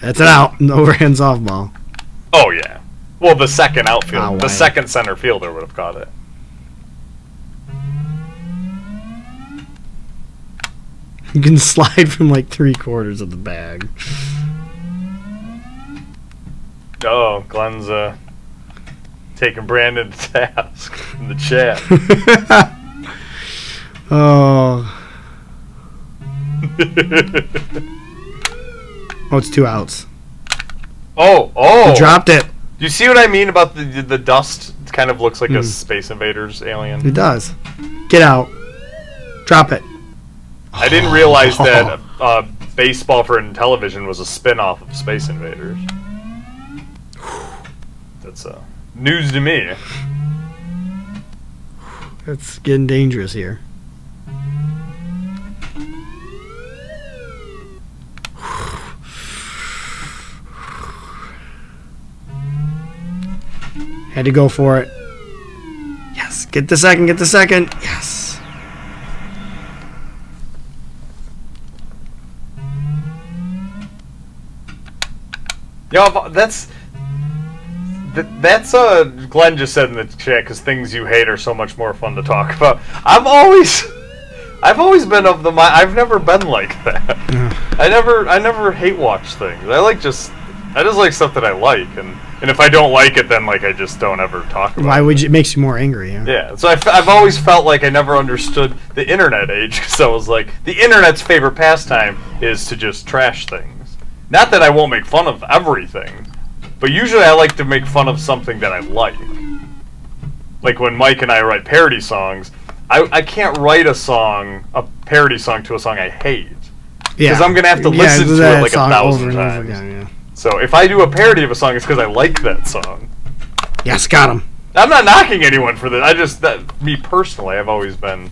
A: That's an out. An Overhand softball.
C: oh yeah. Well, the second
A: Ah,
C: outfield,
A: why?
C: the second center fielder would have caught it.
A: You can slide from like three quarters of the bag.
C: Oh, Glenn's uh, taking Brandon to task in the chat.
A: oh. Oh, it's two outs.
C: oh, oh!
A: Dropped it.
C: You see what I mean about the the dust? It kind of looks like a Space Invaders alien.
A: Hmm. It does. Get out. Drop it.
C: I didn't realize that uh, baseball for television was a spin-off of Space Invaders. That's uh, news to me.
A: It's getting dangerous here. Had to go for it. Yes, get the second, get the second. Yes.
C: Yeah, but that's th- that's uh Glenn just said in the chat because things you hate are so much more fun to talk about. I've always I've always been of the mind. I've never been like that. I never I never hate watch things. I like just I just like stuff that I like, and and if I don't like it, then like I just don't ever talk about.
A: Why
C: it.
A: would you? It makes you more angry. Yeah.
C: Yeah, so I f- I've always felt like I never understood the internet age because I was like, the internet's favorite pastime is to just trash things. Not that I won't make fun of everything, But usually I like to make fun of something that I like. Like when Mike and I write parody songs, I, I can't write a song, a parody song to a song I hate. Because I'm going to have to listen to it
A: that
C: like a
A: song
C: thousand
A: over and over
C: times.
A: again,
C: So if I do a parody of a song, it's because I like that song.
A: yeah. Yes, got him.
C: I'm not knocking anyone for this. I just that me personally, I've always been,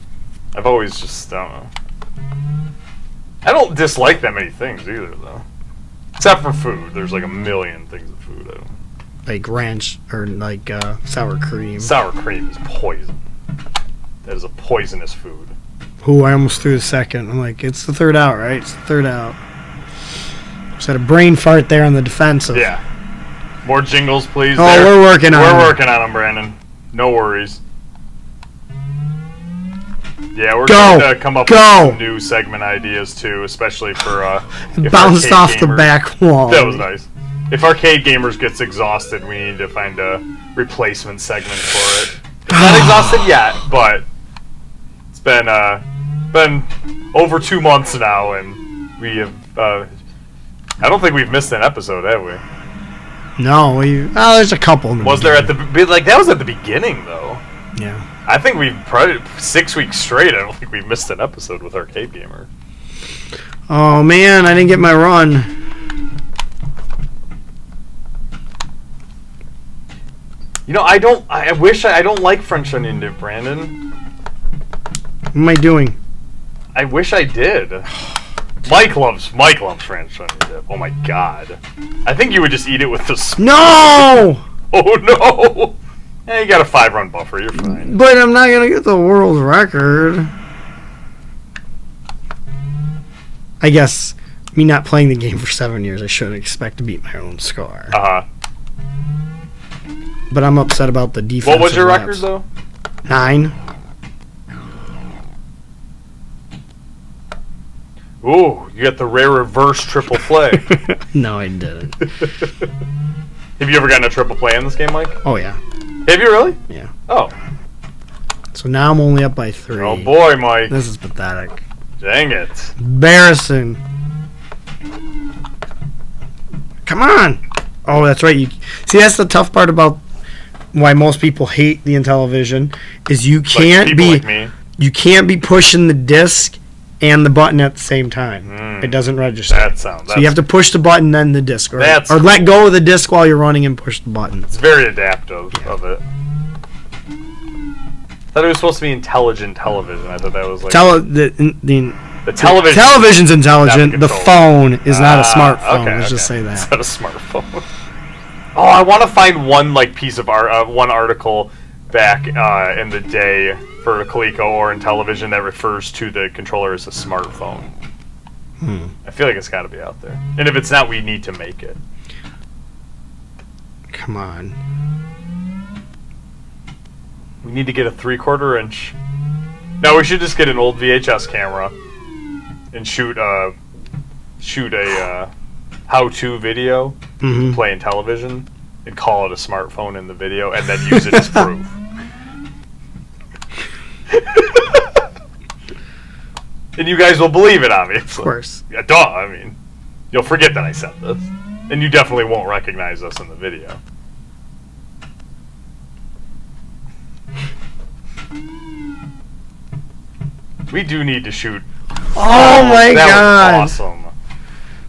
C: I've always just I don't know. I don't dislike that many things either, though. Except for food, there's like a million things of food. I don't.
A: Like ranch or like uh, sour cream.
C: Sour cream is poison. That is a poisonous food.
A: Who I almost threw a second. I'm like, it's the third out, right? It's the third out. Just had a brain fart there on the defensive.
C: Yeah. More jingles, please.
A: Oh, we're working on
C: We're
A: it.
C: working on them, Brandon. No worries. Yeah, we're
A: Go.
C: going to come up
A: Go.
C: with some new segment ideas too, especially for uh. if
A: Bounced
C: arcade
A: off the
C: gamers-
A: back wall.
C: That was nice. If arcade gamers gets exhausted, we need to find a replacement segment for it. It's Not exhausted yet, but it's been uh been over two months now, and we have. Uh, I don't think we've missed an episode, have we?
A: No, we, oh, there's a couple. in the
C: Was there at the be- like that was at the beginning though?
A: beginning. Yeah.
C: I think we've probably six weeks straight. I don't think we've missed an episode with Arcade Gamer.
A: Oh man, I didn't get my run.
C: You know, I don't. I wish I, I don't like French onion dip, Brandon.
A: What am I doing?
C: I wish I did. Mike loves Mike loves French onion dip. Oh my god! I think you would just eat it with the. Sp-
A: No,
C: oh no! Yeah, you got a five run buffer. You're fine.
A: but I'm not gonna get the world record. I guess me not playing the game for seven years, I shouldn't expect to beat my own score.
C: Uh huh.
A: But I'm upset about the defense.
C: What was your record though?
A: Nine.
C: Ooh, you got the rare reverse triple play.
A: No, I didn't.
C: have you ever gotten a triple play in this game, Mike?
A: Oh yeah.
C: Have you really?
A: Yeah.
C: Oh.
A: So now I'm only up by three.
C: Oh boy, Mike.
A: This is pathetic.
C: Dang it.
A: Embarrassing. Come on. Oh, that's right. You see, that's the tough part about why most people hate the Intellivision is you
C: Like,
A: can't
C: people
A: be
C: like me.
A: you can't be pushing the disc and the button at the same time.
C: Mm.
A: It doesn't register.
C: That sounds. That's,
A: so you have to push the button then the disc, or,
C: That's
A: or let go of the disc while you're running and push the button.
C: It's very adaptive of it. Thought it was supposed to be intelligent television. I thought that was like
A: Tele the, the
C: the television.
A: television's intelligent.
C: Not
A: The
C: controlled.
A: phone is not a
C: Ah,
A: smartphone.
C: okay,
A: Let's just
C: okay.
A: say that.
C: It's not a smartphone. oh, I want to find one like piece of art, uh, one article back uh, in the day for Coleco or in television that refers to the controller as a smartphone.
A: Hmm.
C: I feel like it's got to be out there, and if it's not, we need to make it.
A: Come on.
C: We need to get a three-quarter inch. No, we should just get an old VHS camera and shoot a shoot a uh, how-to video
A: Mhm.
C: playing television and call it a smartphone in the video and then use it as proof. and you guys will believe it, obviously.
A: Of course.
C: Yeah, duh. I mean, you'll forget that I said this, and you definitely won't recognize us in the video. We do need to shoot.
A: Oh my
C: that
A: god!
C: Was awesome.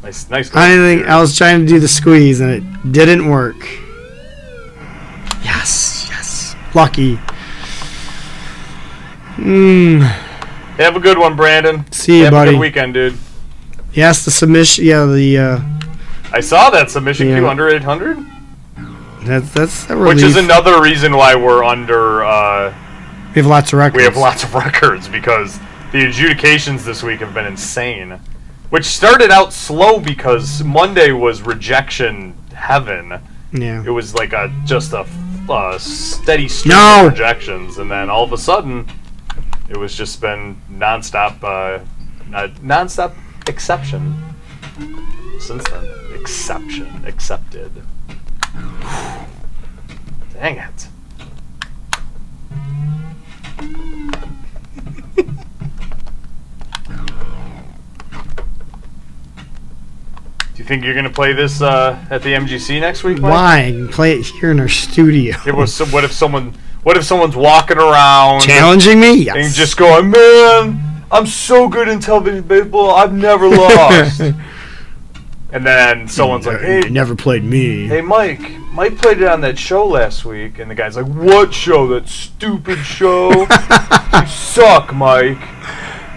C: Nice, nice.
A: I didn't think
C: computer.
A: I was trying to do the squeeze and it didn't work. Yes, yes. Lucky. Mm.
C: Have a good one, Brandon.
A: See you,
C: Have a
A: buddy.
C: good weekend, dude.
A: Yes, the submission. Yeah, the uh,
C: I saw that submission
A: Yeah.
C: queue under 800,
A: that's that's a relief.
C: which is another reason why we're under. Uh,
A: we have lots of records.
C: we have lots of records because the adjudications this week have been insane. Which started out slow because Monday was rejection heaven.
A: Yeah.
C: It was like a just a uh, steady stream
A: No!
C: of rejections, and then all of a sudden, it was just been nonstop, uh, uh, nonstop exception. Since then, exception accepted. Dang it. Do you think you're going to play this uh, at the MGC next week? Mike?
A: Why play it here in our studio?
C: It was. so- What if someone? What if someone's walking around
A: Challenging me? Yes.
C: and just going, man, I'm so good in television baseball, I've never lost. and then someone's like,
A: You
C: hey,
A: never played me.
C: hey, Mike, Mike played it on that show last week, and the guy's like, what show? That stupid show. you suck, Mike.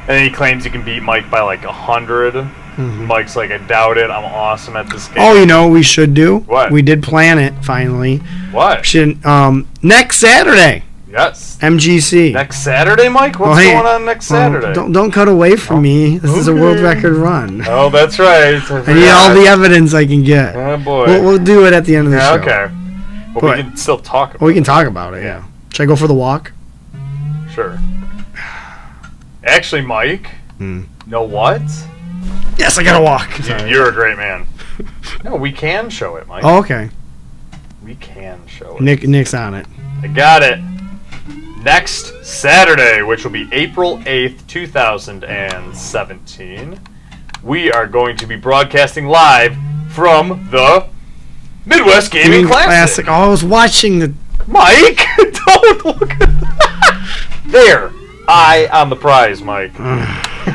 C: And he claims he can beat Mike by like a 100 Mike's like, I doubt it. I'm awesome at this game.
A: Mm-hmm. Oh, you know what we should do?
C: What?
A: We did plan it finally.
C: what?
A: Should um next Saturday,
C: Yes.
A: MGC.
C: Next Saturday, Mike. What's
A: Well, hey,
C: going on next
A: well,
C: Saturday?
A: Um, don't don't cut away from me. This is a world
C: Okay.
A: record run.
C: oh, that's right.
A: I need all the evidence I can get.
C: Oh boy.
A: We'll, we'll do it at the end of the
C: Yeah,
A: show.
C: okay. But
A: But-
C: we can still talk about
A: Well, we can talk about it. Yeah. Should I go for the walk?
C: it. Sure. Actually, Mike,
A: Hmm.
C: know what?
A: Yes, I gotta walk.
C: You, you're a great man. No, we can show it, Mike.
A: Oh, okay.
C: We can show it.
A: Nick Nick's on it.
C: I got it. Next Saturday, which will be April 8th, 2017, we are going to be broadcasting live from the Midwest Gaming,
A: Gaming
C: Classic.
A: Oh, I was watching the.
C: Mike, don't look at that. There. I on the prize, Mike. you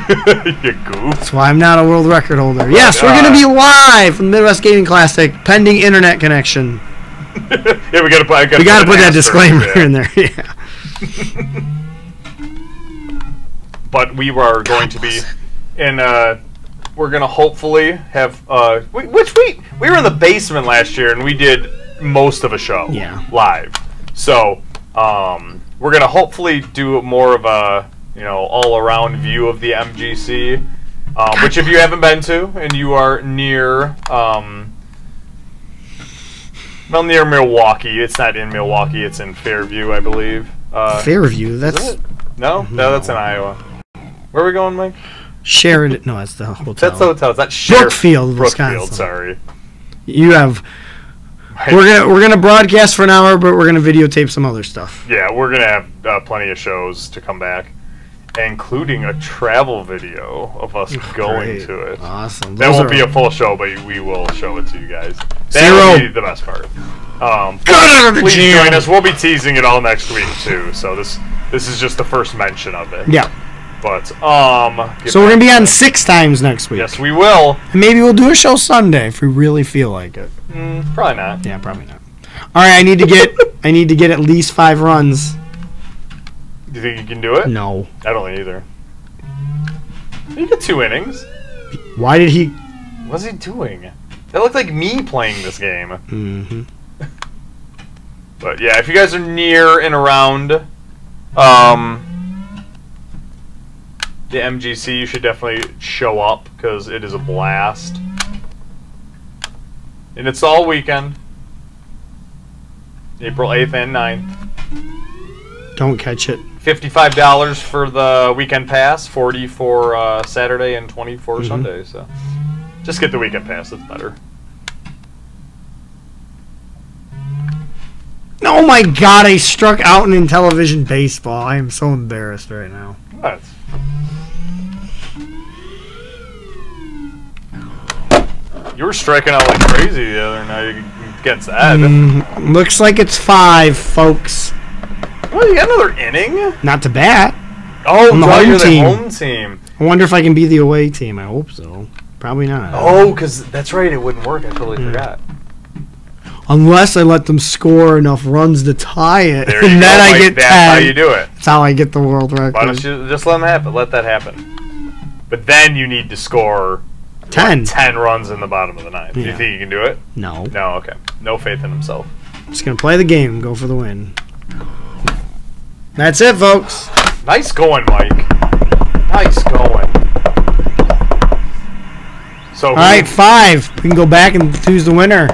C: goof.
A: That's why I'm not a world record holder. Yes, we're gonna be live from the Midwest Gaming Classic, pending internet connection.
C: yeah, we gotta put. I gotta
A: We gotta
C: an
A: put that
C: asterisk
A: disclaimer
C: there.
A: in there. Yeah.
C: But we are going to be in. Uh, we're gonna hopefully have. Uh, we, which we we were in the basement last year and we did most of a show.
A: Yeah.
C: Live. So um, we're gonna hopefully do more of a you know all around view of the MGC. Um, which, if you haven't been to, and you are near um, Well, near Milwaukee. It's not in Milwaukee. It's in Fairview, I believe. Uh,
A: Fairview. That's
C: no, no, that's in Iowa. Where are we going, Mike?
A: Sheridan. No, that's the hotel.
C: That's the hotel. Is that Sheriff-
A: Brookfield, Wisconsin.
C: Brookfield, sorry.
A: you have. We're gonna we're gonna broadcast for an hour, but we're gonna videotape some other stuff.
C: Yeah, we're gonna have uh, plenty of shows to come back, including a travel video of us going
A: Great.
C: to it.
A: Awesome.
C: That
A: Those
C: won't
A: are-
C: be a full show, but we will show it to you guys.
A: Zero.
C: That will be the best part. Um,
A: out of the
C: please
A: gym.
C: join us. We'll be teasing it all next week too. So this this is just the first mention of it.
A: yeah.
C: But um. get
A: So we're
C: back
A: gonna be
C: to
A: on
C: that.
A: six times next week.
C: Yes, we will.
A: And maybe we'll do a show Sunday if we really feel like it.
C: Mm, probably not.
A: Yeah, probably not. All right, I need to get I need to get at least five runs.
C: Do you think you can do it?
A: No.
C: I don't either. You get two innings.
A: Why did he?
C: What's he doing? That looked like me playing this game.
A: hmm
C: But yeah, if you guys are near and around um, the MGC, you should definitely show up because it is a blast. And it's all weekend. April 8th and 9th.
A: Don't catch it.
C: $55 for the weekend pass, 40 for uh, Saturday, and 20 for
A: Mhm.
C: Sunday. So just get the weekend pass, it's better.
A: Oh my God! I struck out in television baseball. I am so embarrassed right now.
C: That's you were striking out like crazy the other night against Ed.
A: Mm, looks like it's five, folks.
C: Well, you got another inning.
A: Not to bat.
C: Oh,
A: On the
C: right,
A: home
C: you're
A: team.
C: the home team.
A: I wonder if I can be the away team. I hope so. Probably not.
C: Oh, because that's right. It wouldn't work. I totally
A: Mm.
C: forgot.
A: Unless I let them score enough runs to tie it,
C: There you
A: and then
C: go,
A: I
C: Mike.
A: get Mm.
C: That's
A: ten.
C: how you do it.
A: That's how I get the world
C: Why
A: record.
C: don't you just let them happen? Let that happen. But then you need to score
A: ten?
C: ten runs in the bottom of the ninth. Do
A: Yeah.
C: you think you can do it?
A: No.
C: No. Okay. No faith in himself.
A: Just gonna play the game, go for the win. That's it, folks.
C: Nice going, Mike. Nice going. So,
A: All right, five. We can go back and choose the winner.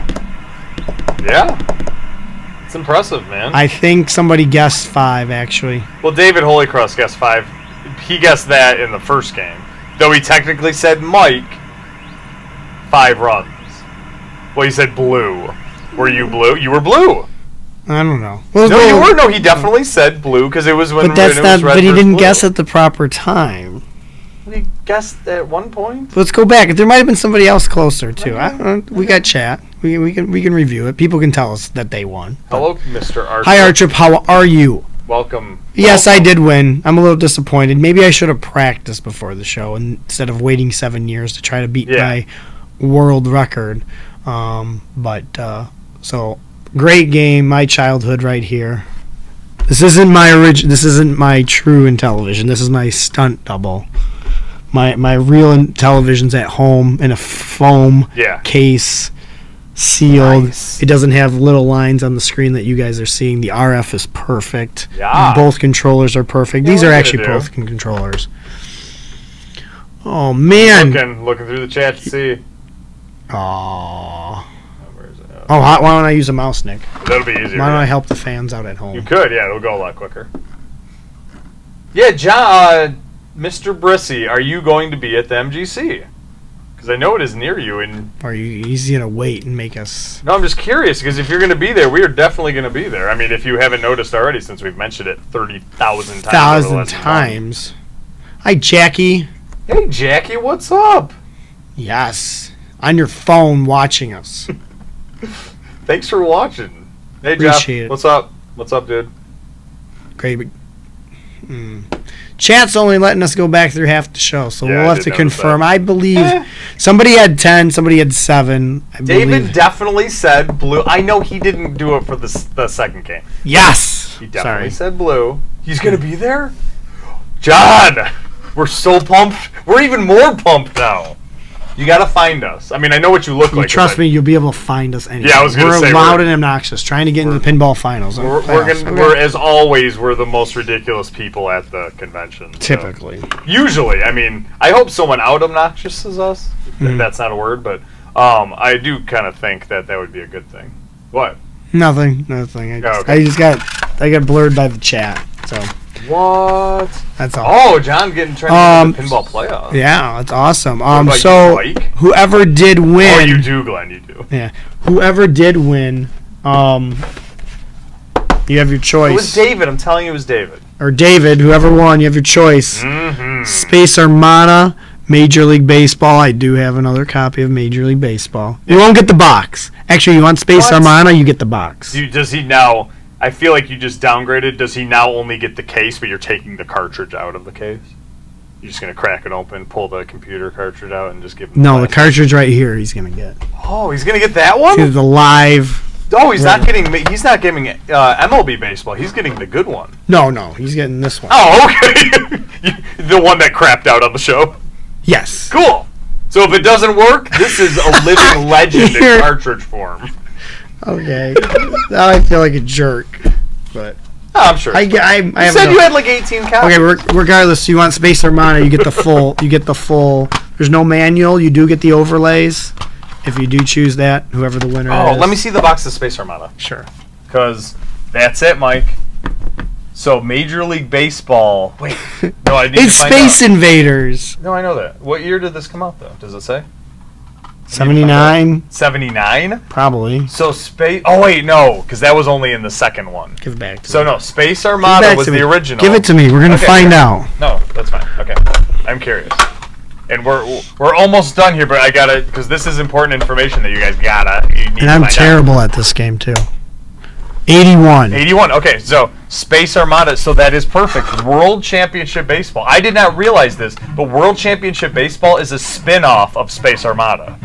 C: yeah, it's impressive, man.
A: I think somebody guessed five, actually.
C: well, David Holycross guessed five. He guessed that in the first game, though he technically said Mike five runs. Well, he said blue. Were you blue? You were blue.
A: I don't know. Well,
C: No, you were. No, he definitely said blue because it was when.
A: But that's
C: when it
A: not.
C: was red
A: But he
C: versus
A: didn't
C: blue.
A: guess at the proper time.
C: He guessed at one point.
A: Let's go back. There might have been somebody else closer too. I don't know. We got chat. We, we can we can review it. People can tell us that they won.
C: Hello, Mr. Archer.
A: Hi Archip, how are you?
C: Welcome.
A: Yes, I did win. I'm a little disappointed. Maybe I should have practiced before the show instead of waiting seven years to try to beat
C: Yeah.
A: my world record. Um, but uh, so great game, my childhood right here. This isn't my orig- This isn't my true in television. This is my stunt double. My my real in- television's at home in a foam
C: Yeah.
A: case sealed.
C: Nice.
A: It doesn't have little lines on the screen that you guys are seeing. The RF is perfect.
C: Yeah.
A: Both controllers are perfect. These
C: Ah. what
A: are
C: are you
A: actually
C: gonna do?
A: both con- controllers. Oh man.
C: Looking, looking through the chat to see.
A: Aw.
C: Where is it? Oh,
A: Oh, how- why don't I use a mouse, Nick?
C: That'll be easier.
A: Why don't
C: yeah.
A: I help the fans out at
C: You
A: home?
C: could, yeah, it'll go a lot quicker. Yeah, John, uh, Mr. Brissy, are you going to be at the MGC? Because I know it is near you, and
A: Or you, he's gonna wait and make us.
C: no, I'm just curious because if you're going to be there, we are definitely going to be there. I mean, if you haven't noticed already, since we've mentioned it thirty thousand times. over the
A: thousand
C: last month.
A: times. Hi, Jackie.
C: Hey, Jackie, what's up?
A: Yes, on your phone watching us.
C: Thanks for watching. Hey, Jeff,
A: Appreciate it.
C: what's up? What's up, dude?
A: Great. But, mm. Chat's only letting us go back through half the show, so
C: Yeah, I
A: we'll have
C: did
A: to
C: notice
A: confirm.
C: that.
A: I believe
C: Eh.
A: somebody had ten, somebody had seven. I
C: David
A: believe.
C: definitely said blue. I know he didn't do it for the, s- the second game.
A: yes.
C: He
A: Sorry.
C: definitely said blue. He's gonna be there? John! We're so pumped. We're even more pumped now. You gotta find us. I mean, I know what you look
A: You
C: like.
A: trust
C: but
A: me, you'll be able to find us anywhere.
C: Yeah, I was gonna
A: we're
C: say,
A: loud
C: we're-
A: and obnoxious, trying to get into the pinball finals.
C: We're, we're, gonna, we're as always, we're the most ridiculous people at the convention. so.
A: typically.
C: Usually, I mean, I hope someone out obnoxious is us. if
A: Mm-hmm.
C: That's not a word, but um, I do kind of think that that would be a good thing. What?
A: Nothing, nothing. I just,
C: okay.
A: I just got I got blurred by the chat, so
C: What?
A: that's all.
C: Oh, John getting turned
A: Um,
C: into the pinball playoff.
A: Yeah, that's awesome. Um,
C: about you,
A: so
C: Mike?
A: whoever did win,
C: Oh, you do, Glenn. You do.
A: Yeah. Whoever did win, um, you have your
C: It was
A: choice.
C: David. I'm telling you, it was David.
A: or David, whoever won, you have your choice.
C: Mm-hmm.
A: Space Armada, Major League Baseball. I do have another copy of Major League Baseball. You won't get the box. Actually, you want Space
C: What?
A: Armada, you get the box.
C: Do you- does he now? I feel like you just downgraded. Does he now only get the case, but you're taking the cartridge out of the case? You're just gonna crack it open, pull the computer cartridge out, and just give him.
A: No, the
C: plastic?
A: cartridge right here. He's gonna get.
C: Oh, he's gonna get that
A: He's
C: one.
A: the live.
C: Oh, he's not getting. the- He's not getting uh, MLB baseball. He's getting the good one.
A: No, no, he's getting this one.
C: Oh, okay. You- the one that crapped out on the show.
A: Yes.
C: Cool. So if it doesn't work, this is a living legend in
A: You're-
C: cartridge form.
A: Okay. now I feel like a jerk, but
C: Oh, I'm sure.
A: I
C: You
A: ge- I, I have
C: said
A: no-
C: you had like 18 copies.
A: Okay, reg- regardless, you want Space Armada, you get the full. You get the full. There's no manual. You do get the overlays. If you do choose that, whoever the winner
C: Oh,
A: is.
C: let me see the box of Space Armada.
A: Sure.
C: Because that's it, Mike. So Major League Baseball. Wait, no, I need
A: It's
C: to find
A: Space
C: out.
A: Invaders.
C: No, I know that. What year did this come out, though? Does it say?
A: Seventy nine,
C: 79?
A: probably.
C: So Space... Oh, wait, no. Because that was only in the second one.
A: Give it back. To me.
C: So, no, Space
A: Give it
C: Armada
A: back
C: was
A: to
C: the
A: me.
C: original.
A: Give it to me. We're gonna
C: Okay,
A: find
C: yeah.
A: out.
C: No, that's fine. Okay. I'm curious. And we're we're almost done here, but I gotta... Because this is important information that you guys gotta... You need
A: And
C: to
A: I'm
C: find out.
A: terrible at this game too. Eighty one.
C: 81. Okay, so Space Armada. So that is perfect. World Championship Baseball. I did not realize this, but World Championship Baseball is a spin off of Space Armada.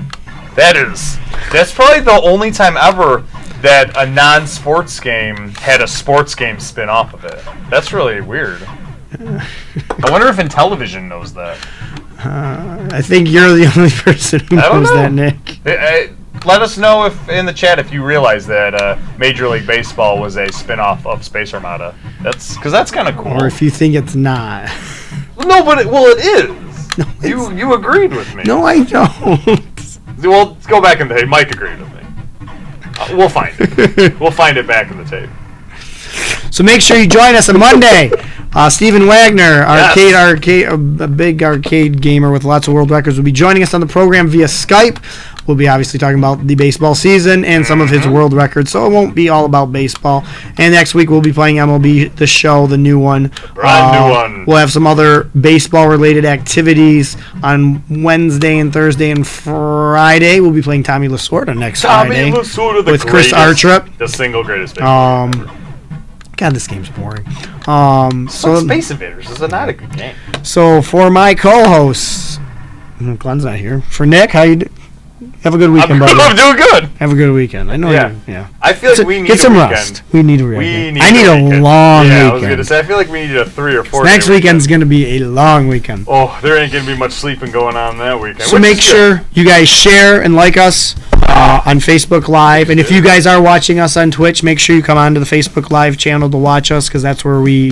C: That is. That's probably the only time ever that a non sports game had a sports game spin off of it. That's really weird. I wonder if Intellivision knows that.
A: I think you're the only person who
C: I don't
A: knows that,
C: know.
A: Nick.
C: Eh, eh, let us know if in the chat if you realize that uh, Major League Baseball was a spin off of Space Armada. That's because that's kind of cool.
A: Or if you think it's not.
C: No, but it, well, it is. you you agreed with me.
A: No, I don't.
C: Well, let's go back in the tape. Mike agreed with me. Uh, we'll find it. we'll find it back in the tape.
A: So make sure you join us on Monday. Uh, Stephen Wagner, arcade
C: Yes.
A: arcade, a, a big arcade gamer with lots of world records, will be joining us on the program via Skype. We'll be obviously talking about the baseball season and some of his
C: Mm-hmm.
A: world records, so it won't be all about baseball. And next week we'll be playing MLB The Show, the new one. Uh,
C: brand new one.
A: We'll have some other baseball related activities on Wednesday and Thursday and Friday. We'll be playing Tommy Lasorda next Friday.
C: Tommy Lasorda, the
A: with Chris
C: greatest-
A: Artrup.
C: the single greatest. baseball
A: Um, God, this game's boring. Um,
C: So
A: so,
C: Space Invaders is not a good game.
A: so for my co-hosts, mm, Glenn's not here. For Nick, how you? d Have a good
C: I'm,
A: weekend,
C: I'm
A: brother.
C: doing good.
A: Have a good weekend. I know.
C: Yeah.
A: you yeah.
C: I feel like we
A: So,
C: need
A: Get some
C: a weekend.
A: rest. We need a
C: We
A: weekend.
C: need
A: I need a,
C: weekend.
A: long
C: yeah, I was
A: weekend.
C: gonna say I feel like we need a three or four.
A: Next
C: day
A: weekend's
C: weekend.
A: gonna be a long weekend.
C: Oh, there ain't gonna be much sleeping going on that weekend.
A: So
C: which
A: make
C: is good.
A: sure you guys share and like us uh, on Facebook Live. And if you guys are watching us on Twitch, make sure you come onto the Facebook Live channel to watch us because that's where we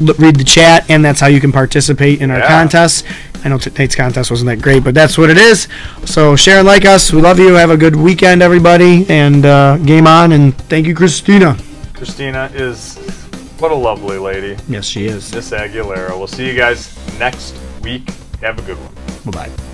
A: l- read the chat and that's how you can participate in our
C: Yeah.
A: contests. I know tonight's contest wasn't that great, but that's what it is. So share and like us. We love you. Have a good weekend, everybody. And uh, game on. And thank you, Christina.
C: Christina is what a lovely lady.
A: Yes, she is.
C: Miss Aguilera. We'll see you guys next week. Have a good one.
A: Bye bye.